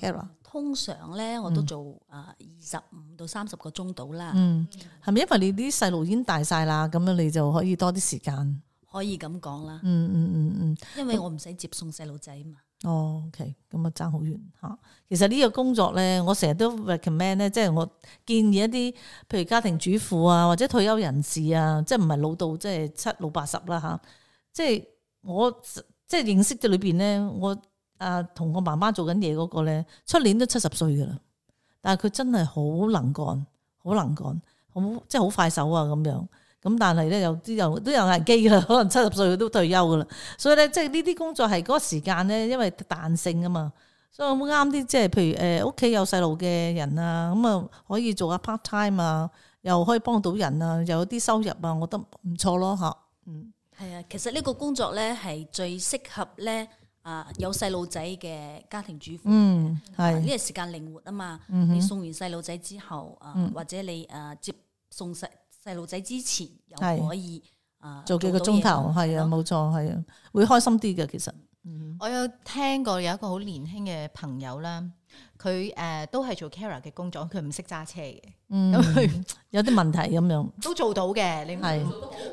B: Cara？
F: 通常咧，我都做啊二十五到三十個鐘到啦，
B: 嗯，係咪因為你啲細路已經大晒啦，咁樣你就可以多啲時間？
F: 可以咁講啦
B: 嗯。嗯嗯嗯。
F: 因為我唔使接送細路仔嘛。
B: 哦，OK，咁啊爭好遠嚇。其實呢個工作咧，我成日都 recommend 咧，即係我建議一啲，譬如家庭主婦啊，或者退休人士啊，即係唔係老到即係七老八十啦嚇。即係我即係認識嘅裏邊咧，我啊同我媽媽做緊嘢嗰個咧，出年都七十歲噶啦，但係佢真係好能幹，好能幹，好即係好快手啊咁樣。咁但係咧有啲又都有危機噶啦，可能七十歲佢都退休噶啦。所以咧，即係呢啲工作係嗰個時間咧，因為彈性啊嘛。所以好啱啲，即係譬如誒呃屋企有細路嘅人啊，咁啊可以做下 part time 啊，又可以幫到人啊，又有啲收入啊，我覺得唔錯咯嚇。
F: 係啊，其實呢個工作咧係最適合咧啊有細路仔嘅家庭主婦。
B: 嗯，
F: 啊呢
B: 係，
F: 個時間靈活啊嘛。
B: 嗯
F: 你
B: 哼，嗯
F: 送完細路仔之後啊，或者你啊接送細細路仔之前又
B: 係
F: 可以啊
B: 做幾個鐘頭，係啊，，
F: 到嘢
B: 冇錯，係啊，會開心啲嘅其實。
A: 我有聽過有一個好年輕嘅朋友啦，佢誒、呃都係做 Cara 嘅工作，佢唔識揸車嘅，
B: 嗯
A: 咁， 佢
B: 有啲問題咁樣，
A: 都做到嘅。你唔
B: 係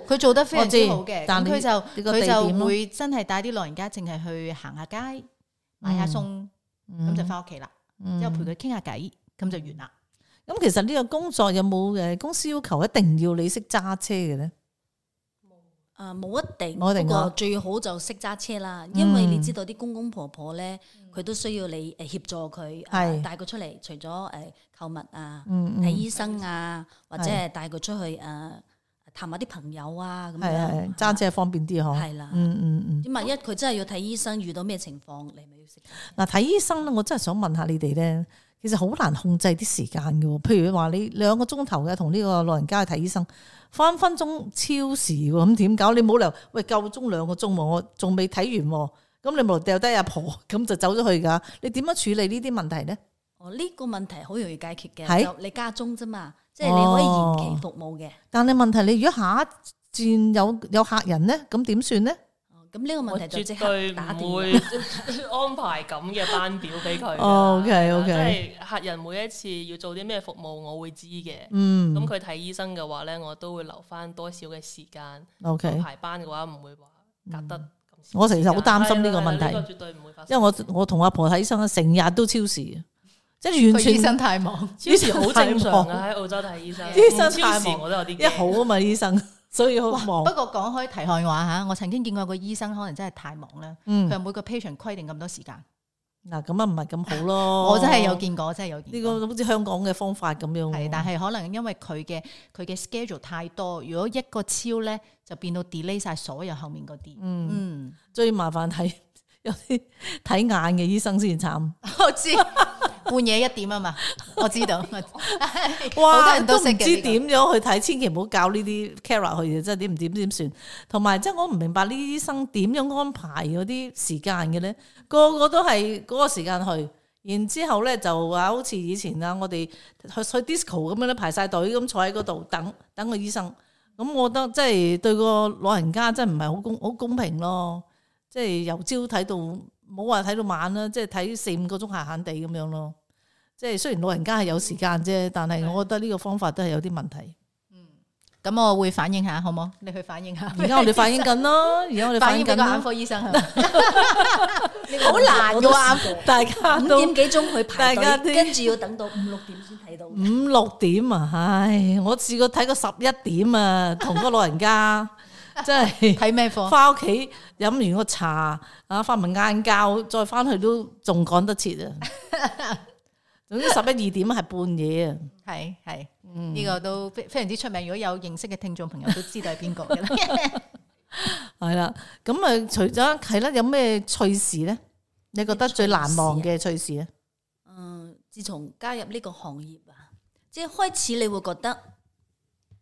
A: 佢做得非常之
B: 我知
A: 好嘅，咁
B: 但你
A: 佢
B: 你
A: 就
B: 個地
A: 佢
B: 點
A: 就
B: 咯嗯
A: 會真係帶啲老人家淨係去行下街、買下餸，咁就翻屋企啦。之後陪佢傾下偈，咁就完啦。
B: 咁其實呢個工作有冇誒公司要求一定要你識揸車嘅咧？
F: 啊冇一定，
B: 冇一定
F: 不過
B: 啊
F: 最好就識揸車啦，因為你
B: 嗯
F: 知道啲公公婆婆咧，佢都需要你誒協助佢，
B: 係
F: 啊帶佢出嚟，除咗誒購物啊、
B: 嗯
F: 睇醫生啊，或者
B: 係
F: 係帶佢出去誒探下啲朋友啊咁
B: 係係
F: 樣。
B: 揸車方便啲嗬。
F: 係啦，
B: 嗯嗯嗯。
F: 萬一佢真係要睇醫生，遇到咩情況，你咪要識揸車。
B: 嗱，睇醫生咧，我真係想問下你哋咧，其實好難控制啲時間嘅喎。譬如話你兩個鐘頭嘅同呢個老人家去睇醫生，分分鐘超時喎，咁點搞？你冇理由喂夠鐘兩個鐘喎，我仲未睇完喎，咁你冇理由掉低阿婆，咁就走咗去㗎。你點樣處理呢啲問題咧？
F: 哦，呢個問題好容易解決
B: 係哦
F: 嘅，就你家中啫嘛，即係你可以延期服務嘅。
B: 但係問題你如果下一轉有有客人咧，咁點算咧？
F: 哦咁呢個問
D: 我
F: 題就即
D: 絕
F: 刻
D: 對
F: 打
D: 唔
F: 電
D: 會
F: 話。
D: 安排咁嘅班表俾佢 㗎。
B: 哦，OK，OK
D: 係啦即係客人每一次要做啲咩服務，我會知嘅。
B: 嗯
D: 咁佢睇醫生嘅話咧，我都會留翻多少嘅時間。
B: ，OK，
D: 排班嘅話，唔會話隔得咁少時
B: 嗯
D: 間。
B: 我其實好擔心呢個問題
D: 係啦係啦呢個絕對唔會發生。
B: 因為我我同阿婆睇醫生啊成日都超時嘅，即係完
A: 佢醫
B: 全
A: 生太忙，
D: 超時好正
B: 太
D: 常
B: 忙
D: 嘅喺澳洲睇醫生，
B: 醫生太
D: 唔超
B: 忙
D: 時我都有啲
B: 一好
D: 驚。
B: 啊嘛，醫生，所以好 忙
A: 不。過講開題外話嚇，我曾經見過個醫生，可能真係太忙啦。
B: 嗯
A: 佢，話每個 patient 規定咁多時間，
B: 嗱咁啊唔係咁好 咯。
A: 我真係有見過，真係有
B: 哦呢哦
A: 見過。
B: 個好似香港嘅方法咁樣喎。
A: 係，但係可能因為佢嘅佢嘅 schedule 太多，如果一個超咧，就變到 delay 晒所有後面嗰啲。
B: 嗯，
A: 嗯，
B: 最麻煩睇 有啲睇眼嘅醫生先慘。
A: 我知半夜一點啊嘛，我知 道。好多
B: 哇，
A: 人都
B: 都唔
A: 識嘅
B: 知
A: 呢個
B: 點樣去睇，千祈唔好教呢啲 Cara 去，真係點唔點點算。同埋即係我唔明白呢啲醫生點樣安排嗰啲時間嘅咧，個個都係嗰個時間去。然之後咧就話好似以前啊，我哋去去 disco 咁樣咧排晒隊咁坐喺嗰度等等個醫生。咁我覺得即係對個老人家真係唔係好公好公平咯。即係由朝睇到冇話睇到晚啦，即係睇四五個鐘閒閒地咁樣咯。即係雖然老人家係有時間啫，但係我覺得呢個方法都係有啲 問題。
A: 咁我會反映下，好冇？你去反映下。
B: 而家我哋反映緊咯，而家我哋
A: 反
B: 反
A: 映
B: 映
A: 俾
B: 緊
A: 個眼
B: 啦，
A: 科醫生係咪
F: 好難嘅話，
B: 大家都
F: 五點幾鐘去排
B: 大家嗯
F: 隊，
B: 啲
F: 跟住要等到五六點先睇到。
B: 五六點啊！唉，我試過睇過十一點啊，同個老 人家真 係
A: 睇咩 科？
B: 翻屋企飲完個茶啊，瞓埋晏覺，再翻去都仲趕得切啊！ 總之十一二點係半夜啊！
A: 係係呢個都非非常之出名。如果有認識嘅聽眾朋友都知道係邊個嘅 啦。
B: 系啦，咁啊，除咗係啦，有咩趣事咧？你覺得最
A: 啊
B: 難忘嘅趣事咧？啊
F: 嗯，自從加入呢個行業啊，即係開始你會覺得，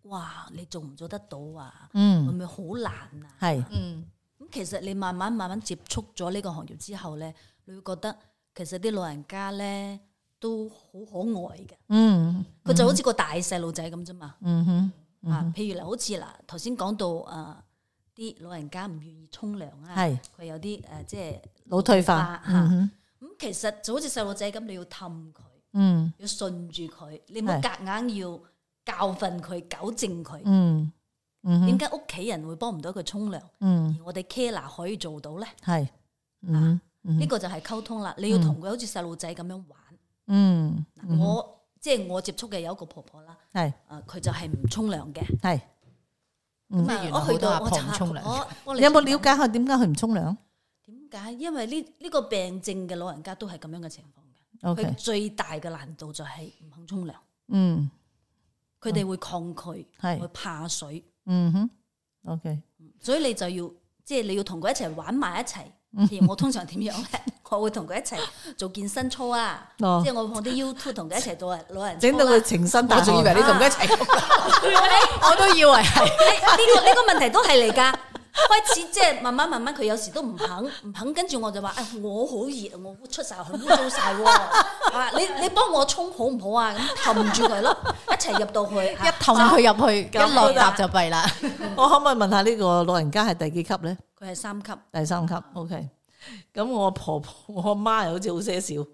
F: 哇，你做唔做得到啊？會
B: 嗯，
F: 唔會好難啊？
B: 係，
A: 嗯，
F: 咁其實你慢慢慢慢接觸咗呢個行業之後咧，你會覺得其實啲老人家咧都好可愛嘅，
B: 嗯，
F: 佢就好似個大細路仔咁啫嘛。
B: 嗯哼，
F: 啊，譬如嗱，好似嗱頭先講到誒啲、老人家唔願意沖涼啊，
B: 係
F: 佢有啲誒、即係
B: 腦退化
F: 嚇，。
B: 嗯
F: 咁、
B: 哼，
F: 其實就好似細路仔咁，你要氹佢，
B: 嗯
F: 要順住佢，你唔好
B: 係
F: 夾硬要教訓佢、糾正佢。
B: 嗯嗯
F: 點
B: 哼，
F: 解屋企人會幫唔到佢沖涼，而
B: 嗯
F: 我哋 k e r 可以做到咧？
B: 係，嗯
F: 呢
B: 嗯
F: 個就係溝通啦。你要同佢好似細路仔咁樣玩。
B: 嗯，
F: 嗱我即係我接觸嘅有一個婆婆啦，
B: 係
F: 啊，佢就係唔沖涼嘅。
B: 係。
A: 咁啊，原來
F: 我
A: 好
F: 去
A: 多
F: 到
A: 阿
F: 我
A: 婆唔沖涼。
F: 我我
B: 嗯
F: 嚟
B: 你有冇
F: 沖
B: 了
F: 涼啊
B: 解下點解佢唔沖涼？
F: 點解？因為呢呢個病症嘅老人家都係咁樣嘅情況嘅，佢
B: OK，
F: 最大嘅難度就係唔肯沖涼，
B: 嗯，
F: 佢哋會抗拒，
B: 係
F: 會怕水，
B: 嗯哼，OK，
F: 所以你就要即係你要同佢一齊玩埋一齊。
B: 嗯
F: 譬如我通常點樣咧？ 我會同佢一齊做健身操啊，
B: 哦
F: 即係我放啲 YouTube 同佢一齊做啊老人
B: 整到
F: 操啦
B: 佢情深
C: 我
B: 大
C: 仲以為
B: 汗，
C: 你同佢 一齊，
F: 我都以為係哎呢個呢個問題都係嚟㗎。開始即係慢慢慢慢，佢有時都唔肯唔肯，跟住我就話：，哎，我好熱，我出晒汗，污糟晒 喎。我話你你幫我沖好唔好啊？咁氹住 佢咯，一齊入到去。啊一
A: 一氹佢入 去，
F: 咁
A: 一落搭就弊啦。
B: 我可唔可以問下呢個老人家係第幾級咧？
F: 佢係三級，
B: 第三級，OK。咁我婆婆、我阿媽又好似好些少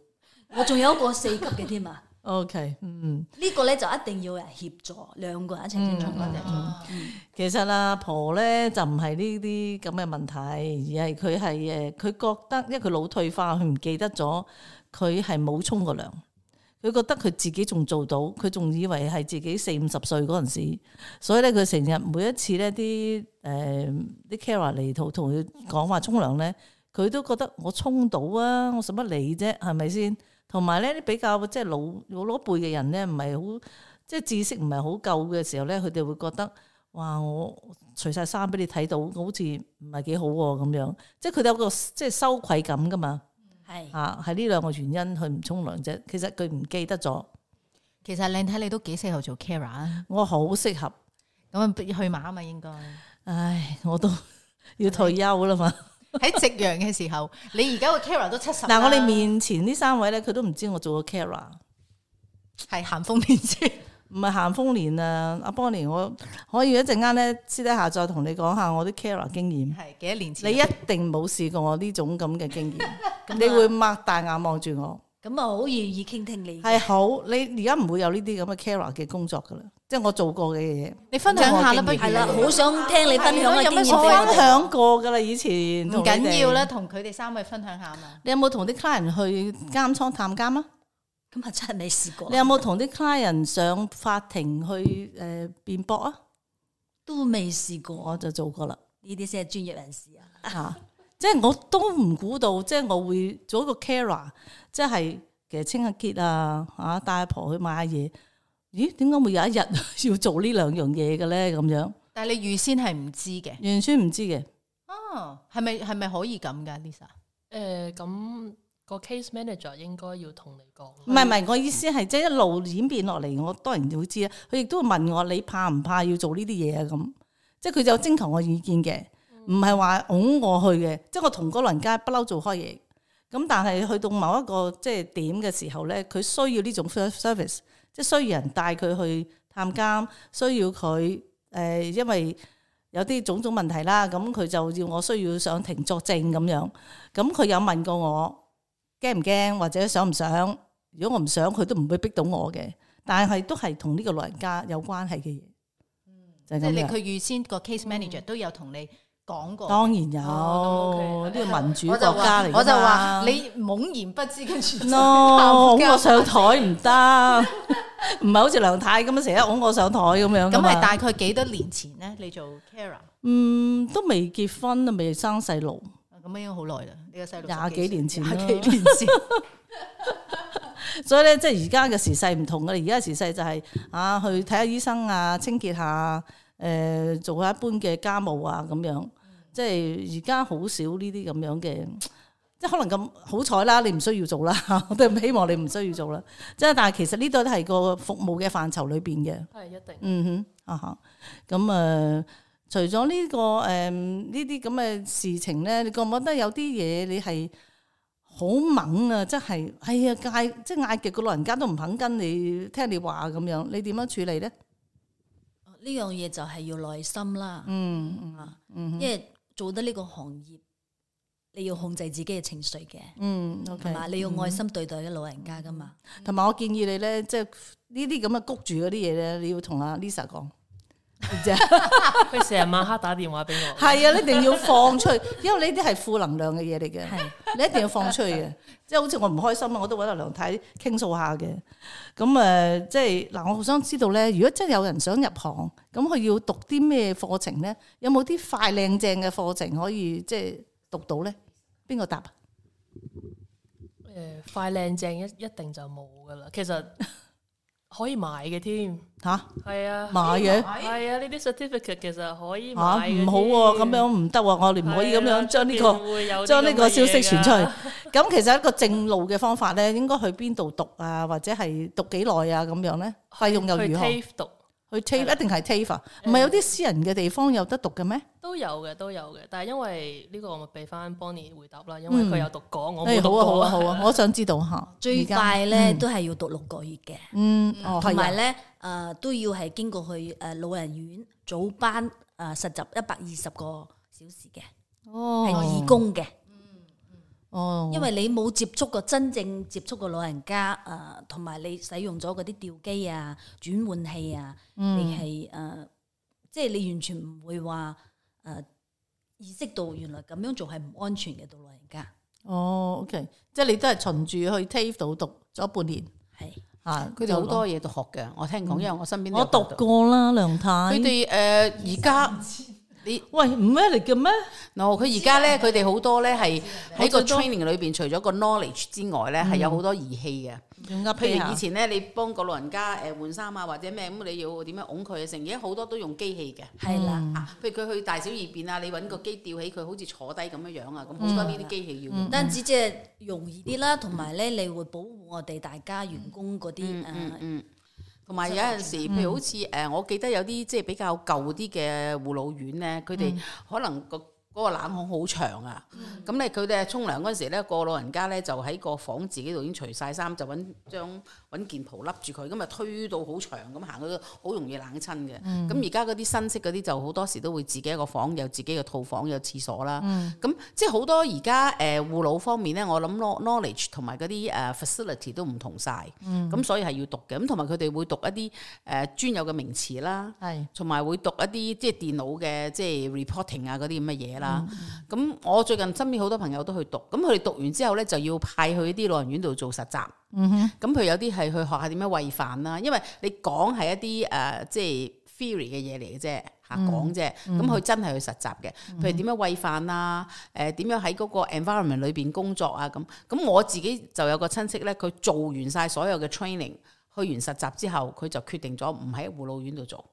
F: 我仲有一個四級嘅添啊！
B: ，OK，嗯。
F: 呢個咧就一定要人協助，兩個人一齊先沖嗰
A: 嗯
B: 其實阿婆咧就唔係呢啲咁嘅問題，而係佢係誒，呃佢覺得因為佢腦退化，佢唔記得咗佢係冇沖過涼，佢覺得佢自己仲做到，佢仲以為係自己四五十歲嗰陣時，所以咧佢成日每一次咧啲誒啲 Kara 嚟同同佢講話沖涼咧，佢都覺得我沖到啊，我使乜理啫，係咪先？同埋咧啲比較即係老老老一輩嘅人咧，唔係好即係知識唔係好夠嘅時候咧，佢哋會覺得。哇！我除晒衫俾你睇到，好似唔係幾好喎、咁樣，即係佢哋有個即係羞愧感噶嘛，
A: 嗯
F: 係
B: 啊，係呢兩個原因佢唔沖涼啫。其實佢唔記得咗，
A: 其實靚睇你都幾適合做 Kara 啊，
B: 我好適合。
A: 咁啊去馬啊嘛應該。
B: 唉，我都 要退休啦嘛。
A: 喺夕陽嘅時候，你而家個 Kara 都七十。
B: 嗱，我哋面前呢三位咧，佢都唔知我做過 Kara，
A: 係咸豐年先。
B: 唔係咸豐年啊，阿 Bonnie，我可以一陣間咧私底下再同你講下我啲 Kara 經驗。
A: 係幾多年
B: 你
A: 前？啊
B: 一定冇試過我呢種咁嘅經驗，你會擘大眼望住我。
F: 咁啊，好願意傾聽你。
B: 係好，你而家唔會有呢啲咁嘅 Kara 嘅工作噶啦，即係我做過嘅嘢。
A: 你分享下啦，不如
F: 係啦，好想聽你分享嘅
A: 係咯有
F: 經
A: 咩
F: 驗俾
A: 所
B: 我
A: 謂
F: 我
B: 分
F: 哋。
B: 享過噶啦，以前
A: 唔緊要啦，。同佢哋三位分享下嘛。
B: 你有冇同啲 client 去監倉探監啊？
F: 咁啊，真係未試
A: 哦
F: 過
B: 你，有冇同啲 client 上法庭去誒辯駁啊？
F: 都未試過，
B: 我就做過啦，
F: 呢啲先係專業人士啊。
B: 嚇、即係我都唔估到，即係我會做一個 Kara，即係其實清下潔啊，嚇、帶阿婆去買下嘢。咦？點解會有一日 要做呢兩樣嘢嘅咧？咁樣
A: 但係你預先係唔知嘅。
B: 完全唔知嘅。
A: 哦，係咪係咪可以咁㗎，Lisa？
D: 诶，咁個 case manager 應該要同你 講。
B: 唔係唔係，我意思係即係一路演變落嚟，我當然會知啦。佢亦都會問我你怕唔怕要做呢啲嘢啊？咁即係佢就徵求我意見嘅，唔係話拱我去嘅。即係我同嗰老人家不嬲做開嘢，咁但係去到某一個即係點嘅時候咧，佢需要呢種 service，即係需要人帶佢去探監，需要佢誒、呃因為有啲種種問題啦，咁佢就要我需要上庭作證咁樣。咁佢有問過我驚唔驚，或者想唔想？如果我唔想，佢都唔會逼到我嘅。但係都係同呢個老人家有關係嘅嘢，就係
A: 即係
B: 咁
A: 你
B: 樣。
A: 佢預先個 case manager 都有同你講過。
B: 當然有
D: 哦
B: 呢
D: 咁 OK
B: 個民主
A: 我
B: 國
A: 就
B: 家
A: 話
B: 嚟㗎嘛，
A: 我就 話你懵然不知，跟住就
B: no，
A: 喊交
B: 拱我上台唔得，唔係好似梁太咁樣成日拱我上台咁啊樣㗎
A: 咁
B: 嘛
A: 係大概幾多年前咧？你做 Kara
B: 嗯都未結婚啊，未生細路，
A: 咁已經好耐啦。你個細路
B: 廿幾年前啦
A: 廿幾年前。
B: 所以咧，即係而家嘅時勢唔同嘅，而家嘅時勢就係、啊，去睇下醫生啊，清潔下，誒、做下一般嘅家務啊，咁樣。即係而家好少呢啲咁樣嘅，即係可能咁好彩啦，你唔需要做啦， 我都希望你唔需要做啦。即係但係其實呢度都係個服務嘅範疇裏邊嘅。
D: 係一定。
B: 嗯哼，啊吓，咁誒、呃除咗呢、個誒呢啲咁嘅事情咧，你覺唔覺得有啲嘢你係好猛啊？即係哎呀嗌，即係嗌極個老人家都唔肯跟你聽你話咁樣，你點樣處理咧？
F: 呢樣嘢就係要耐心啦，
B: 嗯嗯
F: 啊，
B: 嗯
F: 因為做得呢個行業，你要控制自己嘅情緒嘅，
B: 嗯，OK，
F: 同埋你要愛心對待啲老人家噶嘛。
B: 嗯，同埋我建議你咧，即係呢啲咁嘅谷住嗰啲嘢咧，你要同阿 Lisa 講。
D: 佢成日晚黑打電話俾我。
B: 係啊，你一定要放出去，因為呢啲係負能量嘅嘢嚟嘅。
F: 係
B: 你一定要放出去嘅，即係好似我唔開心啊，我都揾阿梁太傾訴下嘅。咁誒、呃即係嗱，我好想知道咧，如果真係有人想入行，咁佢要讀啲咩課程咧？有冇啲快靚正嘅課程可以即係讀到咧？邊個答啊？
D: 诶、快靚正一一定就冇噶啦。其實可以買嘅添，
B: 吓
D: 係啊，
B: 買嘅
D: 係啊，呢啲 certificate 其實可以
B: 吓
D: 買嘅
B: 啊唔好喎，咁樣唔得喎，我哋唔可以咁樣將
D: 啊
B: 呢個。將呢個消息傳出去，咁其實一個正路嘅方法咧，應該去邊度讀啊，或者係讀幾耐啊咁樣咧？費用又如何？
D: 去 TAFE 讀
B: 去 TAFE 一定係 TAFE 啊？唔係有啲私人嘅地方有得讀嘅咩？
D: 都有嘅，都有嘅。但係因為呢個我咪俾翻 Bonnie 回答啦，因為
B: 嗯
D: 佢有讀過，我
B: 哎
D: 冇讀
B: 好啊好
D: 過
B: 啊好啊，我想知道吓。
F: 最
B: 而家
F: 快咧
B: 嗯
F: 都係要讀六個月嘅，
B: 嗯哦
F: 同
B: 係
F: 埋
B: 啊，
F: 咧誒都要係經過去誒老人院早班誒實習一百二十個小時嘅，
B: 哦
F: 係義工嘅。
B: 哦，
F: 因為你冇接觸過真正接觸過老人家，誒、同埋你使用咗嗰啲吊機啊、轉換器啊，你係誒、呃即係你完全唔會話誒、呃意識到原來咁樣做係唔安全嘅對老人家，
B: 哦，OK，即係你都係循住去 TAFE 度讀咗半年
F: 係
B: 嚇，
C: 佢哋好多嘢都學嘅，我聽講，因為我身邊
B: 就
C: 都
B: 攞。
C: 有
B: 我讀過啦，梁太。
C: 佢哋诶而家。
B: 喂唔咩嚟嘅咩？
C: 嗱，佢而家咧，佢哋好多咧係喺個 training 裏邊，除咗個 knowledge 之外咧，係有好多儀器嘅。啊
B: 用噏
C: 譬
B: 譬
C: 如
B: 如
C: 以
B: 以
C: 前
B: 前
C: 咧，你幫個老人家誒換衫啊，或者咩咁，你要點樣擁佢嘅成，而家好多都用機器嘅。
F: 係啦。
C: 啊，譬如佢去大小二便啊，你揾個機吊起佢，好似坐低咁樣樣啊，咁好多呢啲機器要用。
F: 唔單止即係容易啲啦，同埋咧，你會保護我哋大家員工嗰啲呃
C: 嗯嗯
F: 誒
C: 嗯。同埋有陣時，譬如好似誒、呃我記得有啲即係比較舊啲嘅護老院咧，佢哋可能個嗰個冷巷好長啊，咁咧佢哋沖涼嗰陣時咧，個老人家咧就喺個房自己度已經除晒衫，就揾張揾件袍笠住佢，咁啊推到好長咁行，佢好容易冷親嘅。咁而家嗰啲新式嗰啲就好多時都會自己一個房，有自己嘅套房，有廁所啦。咁、即係好多而家誒護老方面咧，我諗 know- knowledge 同埋嗰啲誒 facility 都唔同晒。咁、所以係要讀嘅。咁同埋佢哋會讀一啲誒、呃、專有嘅名詞啦。
B: 係
C: 同埋會讀一啲即係電腦嘅即係 reporting 啊嗰啲咁嘅嘢啦。咁、我最近身邊好多朋友都去讀，咁佢哋讀完之後咧就要派去啲老人院度做實習。咁佢有啲係去學下點樣餵飯啦，因為你講係一啲誒、呃即係 theory 嘅嘢嚟嘅啫。嚇講啫，咁佢真係去實習嘅，譬如點樣餵飯啊，誒點樣喺嗰個 environment 裏邊工作啊咁。咁我自己就有個親戚咧，佢做完晒所有嘅 training，去完實習之後，佢就決定咗唔喺護老院度做。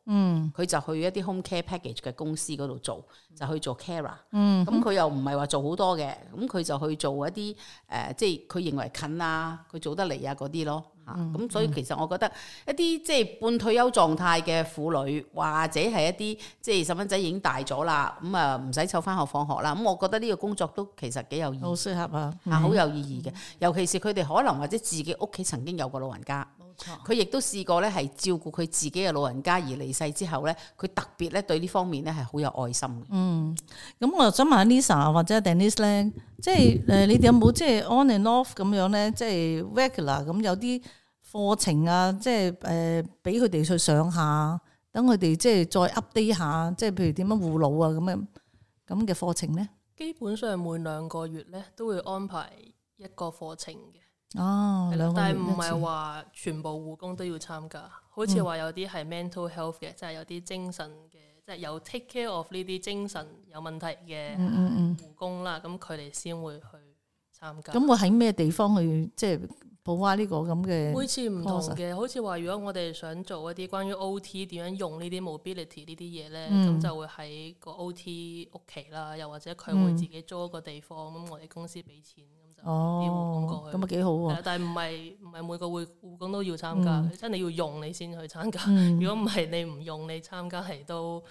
C: 佢就去一啲 home care package 嘅公司嗰度做，就去做 carer。咁佢、又唔係話做好多嘅，咁佢就去做一啲誒、呃即係佢認為近啊，佢做得嚟啊嗰啲咯。嚇、咁、所以其實我覺得一啲即係半退休狀態嘅婦女，或者係一啲即係細蚊仔已經大咗啦，咁啊唔使湊翻學放學啦。咁我覺得呢個工作都其實幾有意
B: 好
C: 義。
B: 適合啊，
C: 啊，好有意義嘅，尤其是佢哋可能或者自己屋企曾經有個老人家，佢亦都試過咧係照顧佢自己嘅老人家而離世之後咧，佢特別咧對呢方面咧係好有愛心嘅。
B: 咁我又想問下 Lisa 啊或者 Denise 咧，即係誒你哋有冇即係 on and off 咁樣咧，即係 regular 咁有啲課程啊，即係誒俾佢哋去上下，等佢哋即係再 update 下，即係譬如點樣護老啊咁樣咁嘅課程咧？
D: 基本上每兩個月咧都會安排一個課程嘅。
B: 哦，
D: 係啦
B: 兩個月
D: 但係唔
B: 一
D: 係
B: 次，
D: 話全部護工都要參加，好
B: 嗯
D: 似話有啲係 mental health 嘅，即係有啲精神嘅，即係有 take care of 呢啲精神有問題嘅
B: 嗯嗯嗯，
D: 護工啦，咁佢哋先會去參加。
B: 咁會喺咩地方去即係補挖呢個咁
D: 每
B: 嘅？
D: 次唔同
B: course 啊
D: 嘅，好似話如果我哋想做一啲關於 OT 點樣用呢啲 mobility 呢啲嘢咧，咁、
B: 嗯
D: 就會喺個 OT 屋企啦，又或者佢
B: 嗯
D: 會自己租一個地方，咁、我哋公司俾錢，咁就啲護
B: 哦
D: 工過，去。
B: 咁啊幾好
D: 係
B: 喎
D: 啦！但係唔係唔係每個會護工都要參加，真係要用你先去參加。如果唔係你唔用，你參加係都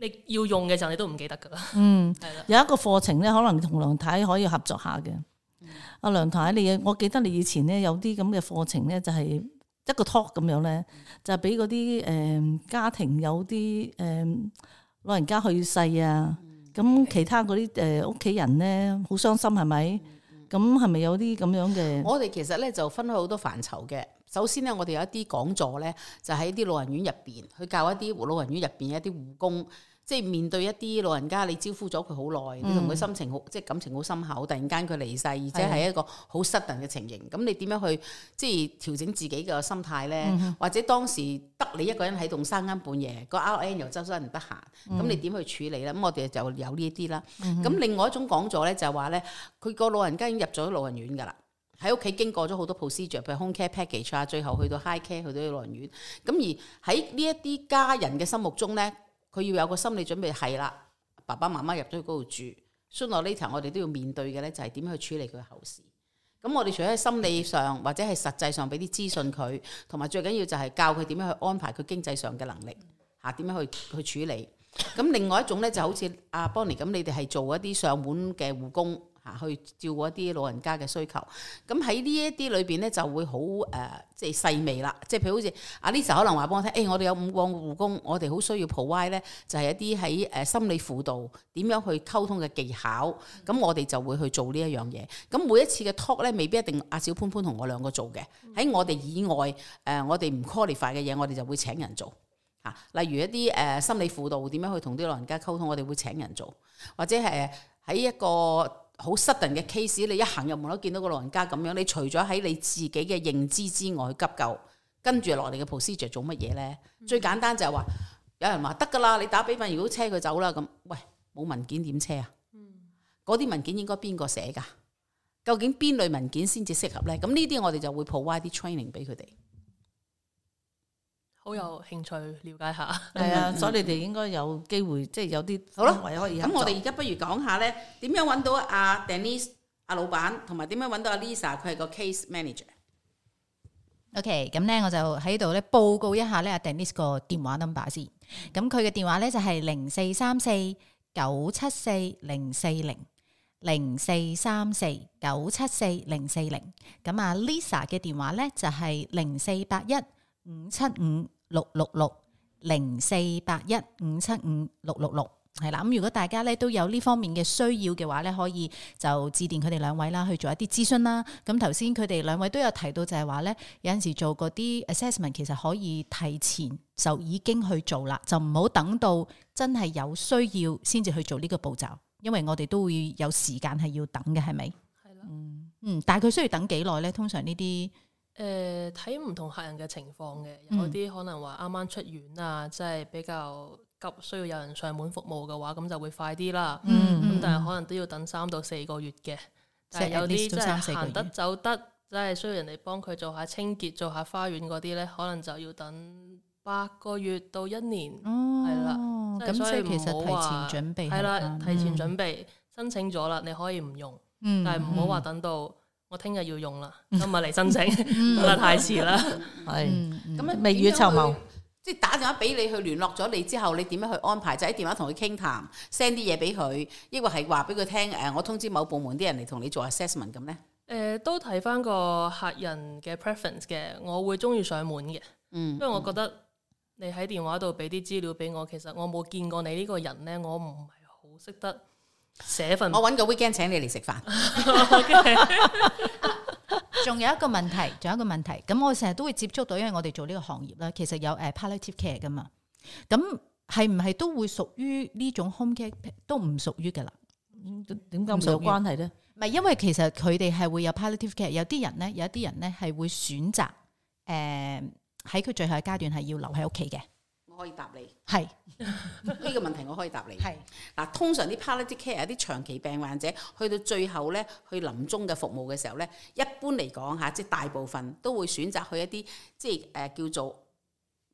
D: 你要用嘅時候你都唔記得㗎啦。
B: 嗯。
D: 係啦，
B: 有一個課程咧，可能同梁太可以合作下嘅。阿、梁太，你我記得你以前咧有啲咁嘅課程咧，就係、一個 talk 咁樣咧，就係俾嗰啲誒家庭有啲誒、嗯老人家去世啊，咁其他嗰啲誒屋企人咧好傷心係咪？咁係咪有啲咁樣嘅？
C: 我哋其實咧就分開好多範疇嘅。首先咧，我哋有一啲講座咧，就喺啲老人院入邊去教一啲老人院入邊一啲護工即係面對一啲老人家，你招呼咗佢好耐，你同佢心情好，即係感情好深厚，突然間佢離世，而且係一個好 sudden 嘅情形，咁你點樣去即係調整自己嘅心態咧？或者當時得你一個人喺度三更半夜，個 R N 又周身唔得閒，咁你點去處理咧？咁我哋就有呢一啲啦。咁另外一種講咗咧，就係話咧，佢個老人家已經入咗老人院㗎啦。喺屋企經過咗好多 procedure，譬如 home care package 啊，最後去到 high care，去到老人院。咁而喺呢一啲家人嘅心目中咧，佢要有個心理準備係啦，爸爸媽媽入咗去嗰度住，sooner later 我哋都要面對嘅咧，就係點樣去處理佢嘅後事。咁我哋除咗喺心理上或者係實際上俾啲資訊佢，同埋最緊要就係教佢點樣去安排佢經濟上嘅能力嚇，點、樣去去處理。咁另外一種咧就好似阿 Bonnie 咁，你哋係做一啲上門嘅護工嚇、去照顧一啲老人家嘅需求。咁喺呢一啲裏邊咧就會好誒、呃即係細微啦。即係譬如好似阿 Lisa 可能話俾我聽，誒、我哋有五個護工，我哋好需要 provide 咧，就係、一啲喺誒心理輔導點樣去溝通嘅技巧。咁我哋就會去做呢一樣嘢。咁每一次嘅 talk 咧，未必一定阿小潘潘同我兩個做嘅。喺我哋以外，誒、我哋唔 qualify 嘅嘢，我哋就會請人做。嚇，例如一啲誒、呃心理輔導點樣去同啲老人家溝通，我哋會請人做，或者係喺一個好 sudden 嘅 case，你一行入門口見到個老人家咁樣，你除咗喺你自己嘅認知之外去急救，跟住落嚟嘅 procedure 做乜嘢咧？最簡單就係話，有人話得㗎啦，你打俾份如果車佢走啦咁，喂，冇文件點車啊？嗰啲文件應該邊個寫㗎？究竟邊類文件先至適合咧？咁呢啲我哋就會 provide 啲 training 俾佢哋。
D: 好有興趣了解下。
B: 係啊，所以你哋應該有機會，即係有啲
C: 好啦
B: 範圍可以合
C: 咁我
B: 作
C: 哋而家不如講下咧，點樣揾到阿 Denise 阿老闆，同埋點樣揾到阿 Lisa，佢係個 case manager。
A: OK，咁咧我就喺度咧報告一下咧阿 Denise 個電話 number 先。咁佢嘅電話咧就係零四三四九七四零四零零四三四九七四零四零。咁啊 Lisa 嘅電話咧就係零四八一五七五六六六零四八一五七五六六六。係啦，咁如果大家咧都有呢方面嘅需要嘅話咧，可以就致電佢哋兩位啦，去做一啲諮詢啦。咁頭先佢哋兩位都有提到就係話咧，有陣時做嗰啲 assessment 其實可以提前就已經去做啦，就唔好等到真係有需要先至去做呢個步驟，因為我哋都會有時間係要等嘅，係咪？
D: 係啦，
A: 嗯，但係佢需要等幾耐咧？通常呢啲
D: 誒睇唔同客人嘅情況嘅，
A: 嗯
D: 有啲可能話啱啱出院啊，即係比較急需要有人上門服務嘅話，咁就會快啲啦。
A: 嗯
D: 咁但係可能都要等三到四個月嘅。但係有
A: at least
D: 啲
A: 都
D: 真係
A: 三四個
D: 行得
A: 月
D: 走得，即係需要人哋幫佢做下清潔、做下花園嗰啲咧，可能就要等八個月到一年。
A: 哦
D: 係啦
A: 咁所以其實提前準備
D: 係啦，
A: 啱
D: 提前準備申請咗啦，你可以唔用，
A: 嗯
D: 但係唔好話等到我聽日要用啦，今日嚟申請， 咁啊太遲啦。
B: 係
A: 嗯嗯
C: 咁啊
B: 未雨綢繆，
C: 即係打電話俾你去聯絡咗你之後，你點樣去安排？就喺電話同佢傾談，send 啲嘢俾佢，抑或係話俾佢聽誒，我通知某部門啲人嚟同你做 assessment 咁咧。
D: 誒、都睇翻個客人嘅 preference 嘅，我會中意上門嘅，
C: 嗯
D: 因為我覺得你喺電話度俾啲資料俾我，其實我冇見過你呢個人呢，我唔係好識得寫份
C: 我揾個 weekend 請你嚟食飯。
A: 仲有一個問題，仲有一個問題。咁我成日都會接觸到，因為我哋做呢個行業啦，其實有誒 palliative care 噶嘛。咁係唔係都會屬於呢種 home care 都唔屬於噶啦？
B: 點解會有關係咧？
A: 唔係因為其實佢哋係會有 palliative care，有啲人咧，有一啲人咧係會選擇誒喺佢最後嘅階段係要留喺屋企嘅，
C: 我可以答 你
A: 係
C: 呢個問題，我可以答你。
A: 係
C: 嗱，通常啲 palliative care 啲長期病患者去到最後咧，去臨終嘅服務嘅時候咧，一般嚟講嚇，即係大部分都會選擇去一啲即係誒、呃叫做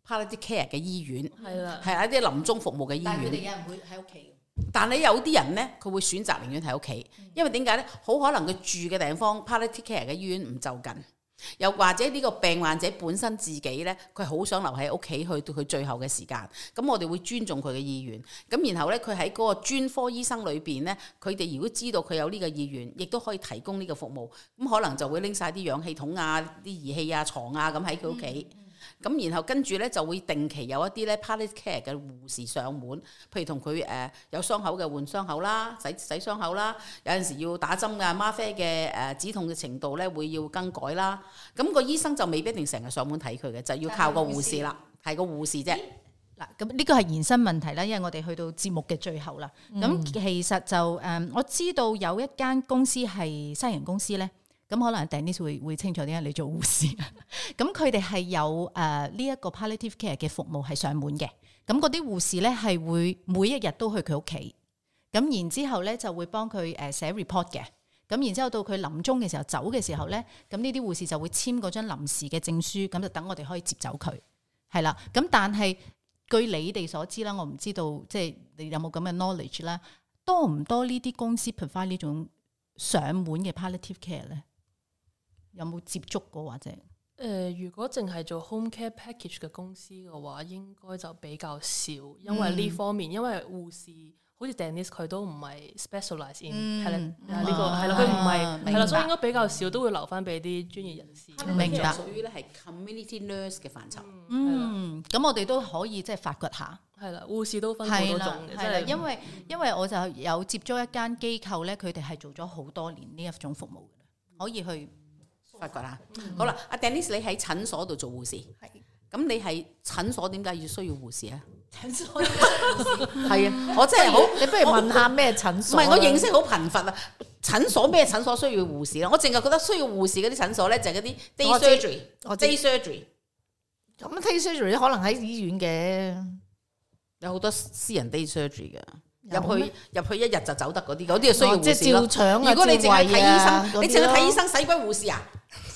C: palliative care 嘅醫院，
D: 係啦，
C: 係啊一啲臨終服務嘅醫院。
A: 有人會喺屋企。
C: 但係有啲人咧，佢會選擇寧願喺屋企，因為點解咧？好可能佢住嘅地方 palliative care 嘅醫院唔就近。又或者呢個病患者本身自己呢，佢好想留喺屋企去到佢最後嘅時間，咁我哋會尊重佢嘅意願。咁然後呢，佢喺嗰個專科醫生裏邊呢，佢哋如果知道佢有呢個意願，亦都可以提供呢個服務。咁可能就會拎晒啲氧氣筒啊、啲儀器啊、床啊咁喺佢屋企。咁然後跟住呢，就會定期有一啲呢 palliative care 嘅護士上門，譬如同佢誒有傷口嘅換傷口啦、洗洗傷口啦，有陣時要打針嘅嗎啡嘅誒止痛嘅程度呢，會要更改啦。咁個醫生就未必一定成日上門睇佢嘅，就要靠個護士啦，係個護士啫。
A: 嗱，咁呢個係延伸問題啦，因為我哋去到節目嘅最後啦。咁、其實就誒、嗯我知道有一間公司係西人公司咧，咁可能 Denise 會會清楚點解你做護士。啊 咁佢哋係有誒呢一個 palliative care 嘅服務係上門嘅。咁嗰啲護士咧係會每一日都去佢屋企，咁然之後咧就會幫佢誒寫 report 嘅。咁然之後到佢臨終嘅時候走嘅時候咧，咁呢啲護士就會簽嗰張臨時嘅證書，咁就等我哋可以接走佢。係啦，咁但係據你哋所知啦，我唔知道即係你有冇咁嘅 knowledge 啦，多唔多呢啲公司 provide 呢種上門嘅 palliative care 咧？有冇接觸過或者？
D: 誒、如果淨係做 home care package 嘅公司嘅話，應該就比較少，因
A: 嗯
D: 為呢方面，因為護士好似 Dennis 佢都唔係 specialize in
A: 嗯
D: 係啦，呢個
A: 啊
D: 係啦，佢唔係
A: 明
D: 係啦，
A: 白
D: 所以應該比較少，都會留翻俾啲專業人士。
A: 明白
C: 屬於咧係 community nurse 嘅範疇。
A: 嗯，咁我哋都可以即係發掘下，
D: 係啦，護士都分好
A: 係
D: 多
A: 啦
D: 種，嘅，即
A: 係啦，
D: 係
A: 因為因為我就有接觸一間機構咧，佢哋係做咗好多年呢一種服務嘅，可以去
C: 發覺啦。好啦，阿 Denise，你喺診所度做護士，
E: 係
C: 咁你喺診所點解要需要護士啊？
G: 係啊，我真係好，你不如問下咩診
C: 唔
G: 所啦？
C: 係，我認識好貧乏啊。診所咩診所需要護士啦？我淨係覺得需要護士嗰啲診所咧，就係嗰啲 day
G: 我知
C: surgery、
G: 我知
C: day surgery，
G: 咁 t a s e r 可能喺醫院嘅，
C: 有好多私人 day surgery 嘅。
G: 有
C: 入去入去一日就走得嗰啲，嗰啲就需要
G: 哦即
C: 護
G: 係
C: 士
G: 照
C: 咯。
G: 腸啊，
C: 如果你淨
G: 淨
C: 係
G: 係
C: 睇醫啊生，你淨係睇醫
G: 生，
C: 生使鬼護士啊？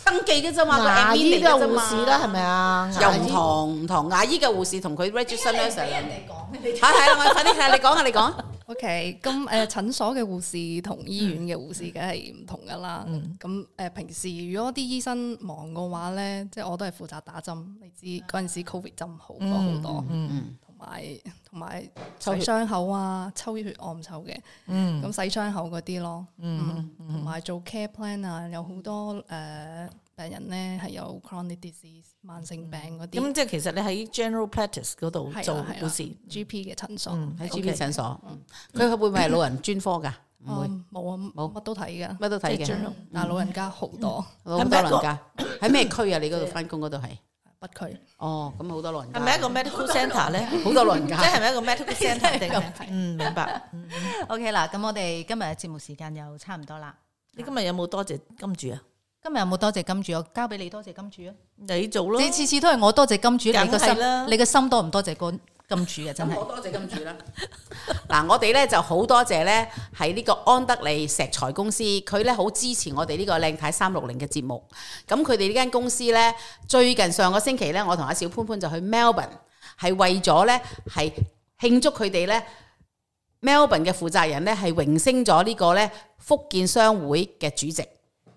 C: 登記嘅啫嘛，個
G: 牙
C: admin
G: 醫
C: 嚟
G: 都
C: 嘅
G: 有
C: 啫嘛
G: 護士啦，係咪
B: 嗯
G: 啊？
C: 又
G: 牙
C: 唔
G: 醫
C: 同唔同，牙醫嘅護士同佢 register nurse 啊嚇係啦，我快啲係你講啊，你 講。
E: OK，咁誒診所嘅護士同醫院嘅護士梗係唔同噶啦。咁誒、平時如果啲醫生忙嘅話咧，即係我都係負責打針。你知嗰陣時 Covid 針好過好多，同埋同埋洗傷口啊、抽血我唔抽嘅，咁、洗傷口嗰啲咯。嗯同埋、做 care plan 啊，有好多誒、病人咧係有 chronic disease 慢性病嗰啲。
B: 咁即係其實你喺 general practice 嗰度
A: 啊
E: 係
B: 做
E: 啦係
B: 護
E: 啦
B: 士，
E: GP 嘅診所，
C: 嗯喺 GP 診所，
B: 嗯
C: 佢會唔會係老人專科㗎？唔
B: 哦
C: 會，
E: 嗯冇啊，
C: 冇
E: 乜都睇噶，
C: 乜都睇嘅
E: 即係專門但係老人家好多
C: 好多老人家。喺咩區啊？你嗰度翻工嗰度係？
E: 不拘。
C: 哦，咁好多老人
B: 係咪
C: 家
B: 一，個 medical centre 咧？
C: 好多老人
B: 即
C: 家。
B: 係咪一個 medical centre 定
A: 哦
B: 係？嗯，明白。
A: OK 啦。咁我哋今日嘅節目時間又差唔多啦。
B: 你今日有冇多謝金主啊？
A: 今日有冇多謝金主？我交俾你多謝金主啊！
B: 你做咯，
A: 你次次都係我多謝金主，你個心
B: 梗係啦
A: 你個心多唔多謝個金主嘅真
C: 咁
A: 係
C: 我多謝金主啦。 嗱，我哋咧就好多謝咧，喺呢個安德利石材公司，佢咧好支持我哋呢個靚太三六零嘅節目。咁佢哋呢間公司咧，最近上個星期咧，我同阿小潘潘就去 Melbourne，係為咗咧係慶祝佢哋咧 Melbourne 嘅負責人咧係榮升咗呢個咧福建商會嘅主席。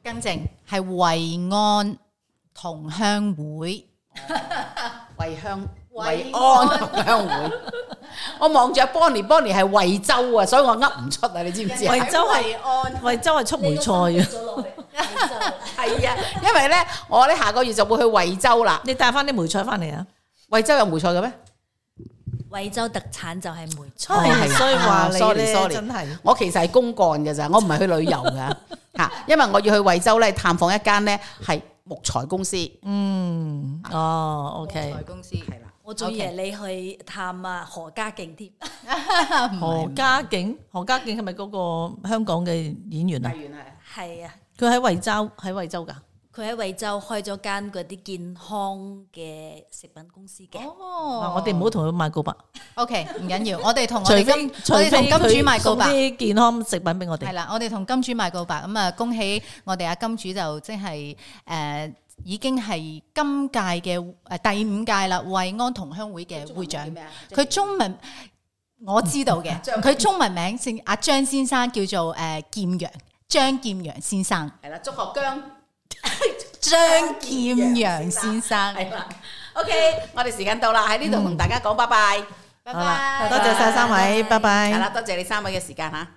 A: 更正，係惠安同鄉會。
C: 惠香
A: 惠
C: 惠
A: 安
C: 安同鄉會， 我望住阿 Bonnie，Bonnie 係惠州啊，所以我噏唔出啊，你知唔知啊？
B: 惠州係
C: 安，
B: 惠州係出梅菜啊！
F: 啊！
C: 係啊，因為咧，我咧下個月就會去惠州啦。
B: 你帶翻啲梅菜翻嚟啊！
C: 惠州有梅菜嘅咩？
F: 惠州特產就係梅菜，
C: 哦係啊
B: 所以話你
C: À, sorry
B: 咧
C: sorry
B: 真係
C: 我其實係公幹嘅咋，我唔係去旅遊 噶嚇，因為我要去惠州咧探訪一間咧係木材公司，Ừ.
B: 嗯哦，OK，Ờ,
A: 公司
C: 係啦，
F: 我仲以為你去探啊何家勁添，
B: 何家勁，何家勁係咪嗰個香港嘅演員
C: 大
B: 啊？
C: 園係
F: 係啊，
B: 佢喺惠州，喺惠州㗎。
F: 佢喺惠州開咗間嗰啲健康嘅食品公司嘅。
A: 哦
B: 嗱，
C: Ờ.
B: 我哋唔好同佢賣告白，
A: OK，唔緊要，我哋同我
B: 除
A: 哋
B: 非
A: 金，
B: 除
A: 我哋
B: 非
A: 同金
B: 佢
A: 主賣告
B: 送
A: 白。
B: 啲健康食品俾我
A: 係
B: 哋。
A: 啦，我哋同金主賣告白，咁啊恭喜我哋阿金主就即係誒已經係今屆嘅誒第五屆啦，惠安同鄉會嘅會長。
B: 啊
A: 佢中文我知道 嘅，佢中文名姓阿張先生，叫做誒劍陽，張劍陽先生，
C: 係啦，祝學姜。
A: 張劍陽先生，
C: 係啦，OK，我哋時間到啦，喺呢度同大家講拜拜，拜
B: 嗯好啦多謝晒三位，拜
C: 係
B: 拜
C: 啦，。多謝你三位嘅時間嚇。